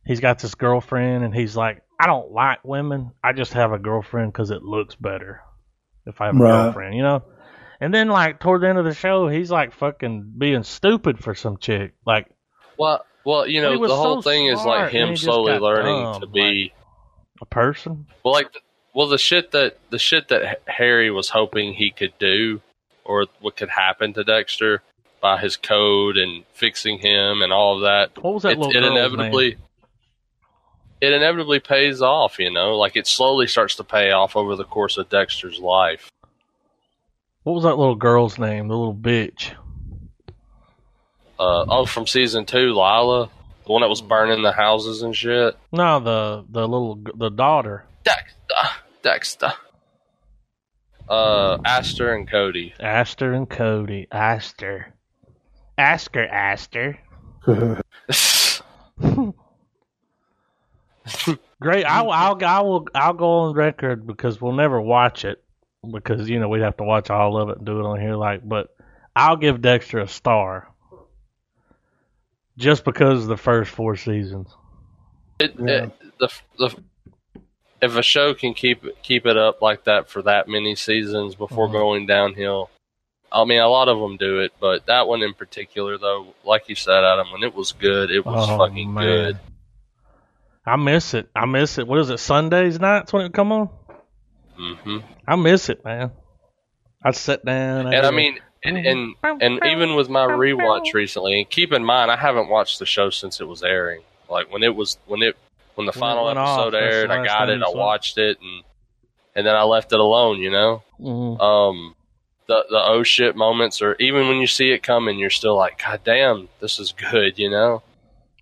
Speaker 1: he's got this girlfriend, and he's like, I don't like women. I just have a girlfriend because it looks better if I have a
Speaker 2: Right.
Speaker 1: girlfriend, you know? And then, like, toward the end of the show, he's like fucking being stupid for some chick. Like,
Speaker 3: Well, well, you
Speaker 1: But he
Speaker 3: know,
Speaker 1: was
Speaker 3: the whole
Speaker 1: so
Speaker 3: thing is
Speaker 1: smart,
Speaker 3: like
Speaker 1: and he
Speaker 3: him
Speaker 1: just
Speaker 3: slowly
Speaker 1: got
Speaker 3: learning
Speaker 1: dumb,
Speaker 3: to be
Speaker 1: a person?
Speaker 3: well, like well, the shit that the shit that H- Harry was hoping he could do, or what could happen to Dexter by his code and fixing him and all of that.
Speaker 1: What was that
Speaker 3: it,
Speaker 1: little
Speaker 3: it
Speaker 1: girl's name?
Speaker 3: inevitably it inevitably pays off you know like it slowly starts to pay off over the course of dexter's life
Speaker 1: What was that little girl's name? The little bitch.
Speaker 3: uh, oh from season two lila the one that was burning the houses and shit
Speaker 1: No, the the little g- the daughter,
Speaker 3: dexter ah, dexter uh aster and cody
Speaker 1: Aster and Cody. Aster, Asker, Aster. Great. I'll, I'll I'll I'll go on record because we'll never watch it because you know we'd have to watch all of it and do it on here. Like, but I'll give Dexter a star just because of the first four seasons.
Speaker 3: It,
Speaker 2: Yeah.
Speaker 3: it, the, the if a show can keep keep it up like that for that many seasons before
Speaker 1: Mhm.
Speaker 3: going downhill, I mean a lot of them do it, but that one in particular, though, like you said, Adam, when it was good, it was
Speaker 1: Oh,
Speaker 3: fucking
Speaker 1: man.
Speaker 3: good.
Speaker 1: I miss it. I miss it. What is it? Sundays nights when it come on.
Speaker 3: hmm
Speaker 1: I miss it, man. I sit down.
Speaker 3: And I
Speaker 1: hear-
Speaker 3: mean, and, and and even with my rewatch recently, and keep in mind, I haven't watched the show since it was airing. Like when it was when it when the
Speaker 1: When it
Speaker 3: final
Speaker 1: went off,
Speaker 3: episode
Speaker 1: that's the
Speaker 3: aired, I
Speaker 1: last
Speaker 3: got
Speaker 1: time
Speaker 3: it,
Speaker 1: you
Speaker 3: I
Speaker 1: saw it.
Speaker 3: watched it, and and then I left it alone. You know.
Speaker 1: Mm.
Speaker 3: um the the oh shit moments or even when you see it coming you're still like god damn this is good you know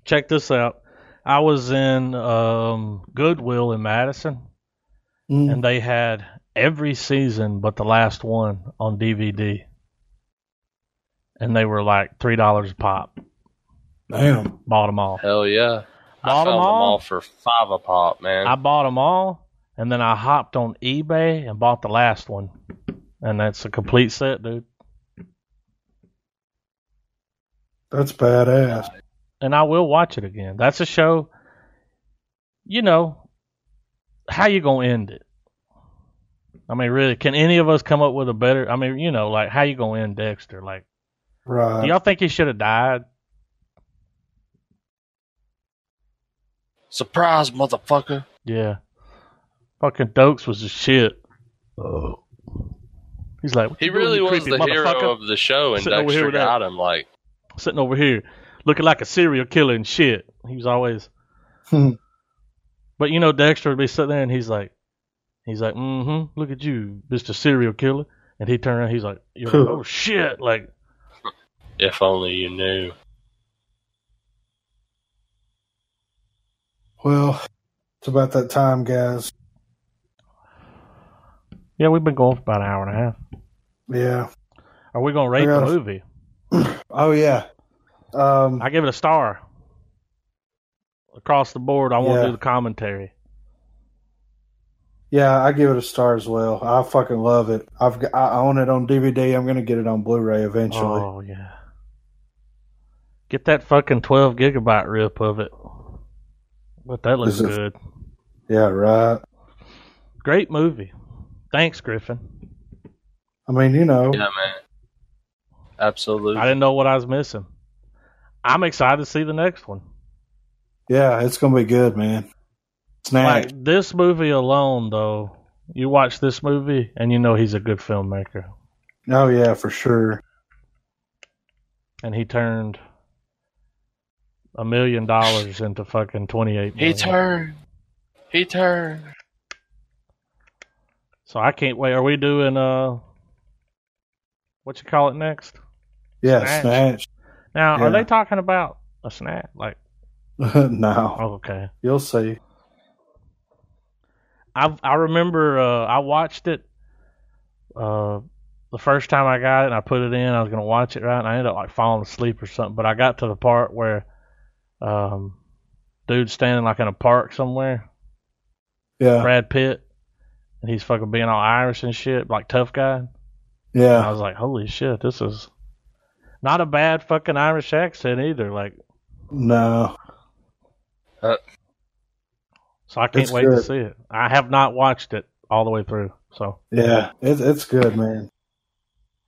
Speaker 1: check this out. I was in um, Goodwill in Madison,
Speaker 2: Mm.
Speaker 1: and they had every season but the last one on DVD, and they were like three dollars a pop.
Speaker 2: Damn.
Speaker 1: Bought them all.
Speaker 3: hell yeah i
Speaker 1: Bought 'em
Speaker 3: found them
Speaker 1: all?
Speaker 3: all for five a pop man
Speaker 1: I bought them all, and then I hopped on eBay and bought the last one, and that's a complete set, dude.
Speaker 2: That's badass.
Speaker 1: and I will watch it again. That's a show. You know, how you gonna end it? I mean, really, can any of us come up with a better? I mean, you know, like how you gonna end Dexter? Like, do
Speaker 2: Right.
Speaker 1: y'all think he should have died?
Speaker 3: surprise motherfucker
Speaker 1: Yeah, fucking Dokes was the shit. Oh. He's like, what
Speaker 3: he
Speaker 1: you doing,
Speaker 3: really
Speaker 1: you
Speaker 3: was
Speaker 1: creepy
Speaker 3: the hero
Speaker 1: motherfucker?
Speaker 3: of the show and
Speaker 1: Sitting over here
Speaker 3: dexter
Speaker 1: with that.
Speaker 3: got him like
Speaker 1: sitting over here looking like a serial killer and shit. He was always.
Speaker 2: Hmm.
Speaker 1: But you know, Dexter would be sitting there and he's like, he's like, mm hmm, look at you, Mr. Serial Killer. And he turned around, he's like, you're like, oh shit. Like,
Speaker 3: if only you knew
Speaker 2: Well, it's about that time, guys.
Speaker 1: yeah, we've been going for about an hour and a half.
Speaker 2: Yeah.
Speaker 1: Are we going to rate
Speaker 2: I
Speaker 1: the
Speaker 2: gotta-
Speaker 1: movie?
Speaker 2: Oh yeah. Um.
Speaker 1: I give it a star. Across the board, I want to
Speaker 2: Yeah.
Speaker 1: do the commentary.
Speaker 2: Yeah, I give it a star as well. I fucking love it. I've got, I own it on DVD. I'm gonna get it on Blu-ray eventually.
Speaker 1: Oh, yeah. Get that fucking 12 gigabyte rip of it. But that looks
Speaker 2: This is-
Speaker 1: good.
Speaker 2: Yeah, right.
Speaker 1: Great movie. Thanks, Griffin.
Speaker 2: I mean, you know,
Speaker 3: yeah man absolutely
Speaker 1: I didn't know what I was missing. I'm excited to see the next one.
Speaker 2: yeah, it's gonna be good, man. Snack.
Speaker 1: Like this movie alone, though, you watch this movie and you know he's a good filmmaker.
Speaker 2: oh yeah, for sure.
Speaker 1: And he turned a million dollars into fucking twenty eight
Speaker 3: he
Speaker 1: million.
Speaker 3: turned he turned
Speaker 1: so I can't wait. Are we doing uh, what you call it next?
Speaker 2: Yeah, snatch.
Speaker 1: Now,
Speaker 2: Yeah.
Speaker 1: are they talking about a snack? Like,
Speaker 2: no,
Speaker 1: oh, okay.
Speaker 2: you'll see.
Speaker 1: I I remember uh, I watched it uh, the first time I got it and I put it in. I was gonna watch it right, and I ended up like falling asleep or something. But I got to the part where um, dude's standing like in a park somewhere,
Speaker 2: Yeah,
Speaker 1: Brad Pitt, and he's fucking being all Irish and shit, like tough guy. And I
Speaker 2: yeah,
Speaker 1: was like, holy shit, this is. Not a bad fucking Irish accent either. Like,
Speaker 2: No.
Speaker 1: so I can't
Speaker 2: It's
Speaker 1: wait to
Speaker 2: good.
Speaker 1: see it. I have not watched it all the way through. So
Speaker 2: Yeah, it's it's good, man.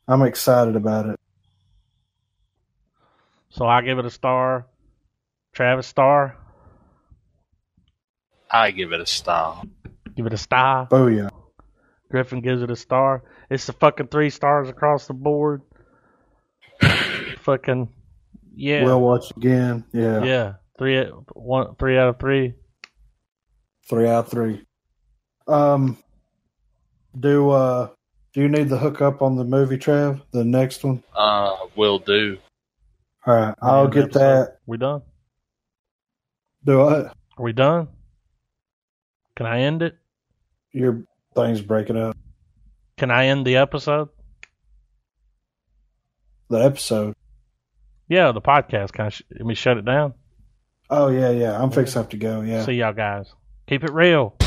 Speaker 2: I'm excited about it.
Speaker 1: so I give it a star. Travis star.
Speaker 3: I give it a style.
Speaker 1: Give it a star.
Speaker 2: Booyah.
Speaker 1: Griffin gives it a star. It's the fucking three stars across the board. fucking yeah.
Speaker 2: We'll watch again. Yeah.
Speaker 1: yeah. Three one three out of three.
Speaker 2: Three out of three. Um do uh do you need the hookup on the movie, Trav? The next one?
Speaker 3: Uh, will do.
Speaker 2: All right. I'll
Speaker 1: End
Speaker 2: get
Speaker 1: episode.
Speaker 2: that.
Speaker 1: We done?
Speaker 2: Do I
Speaker 1: Are we done? Can I end it?
Speaker 2: your thing's breaking up.
Speaker 1: Can I end the episode?
Speaker 2: The episode.
Speaker 1: Yeah, the podcast. Can I sh- let me shut it down?
Speaker 2: Oh yeah, yeah. I'm fixing up to go, yeah.
Speaker 1: See y'all guys. Keep it real.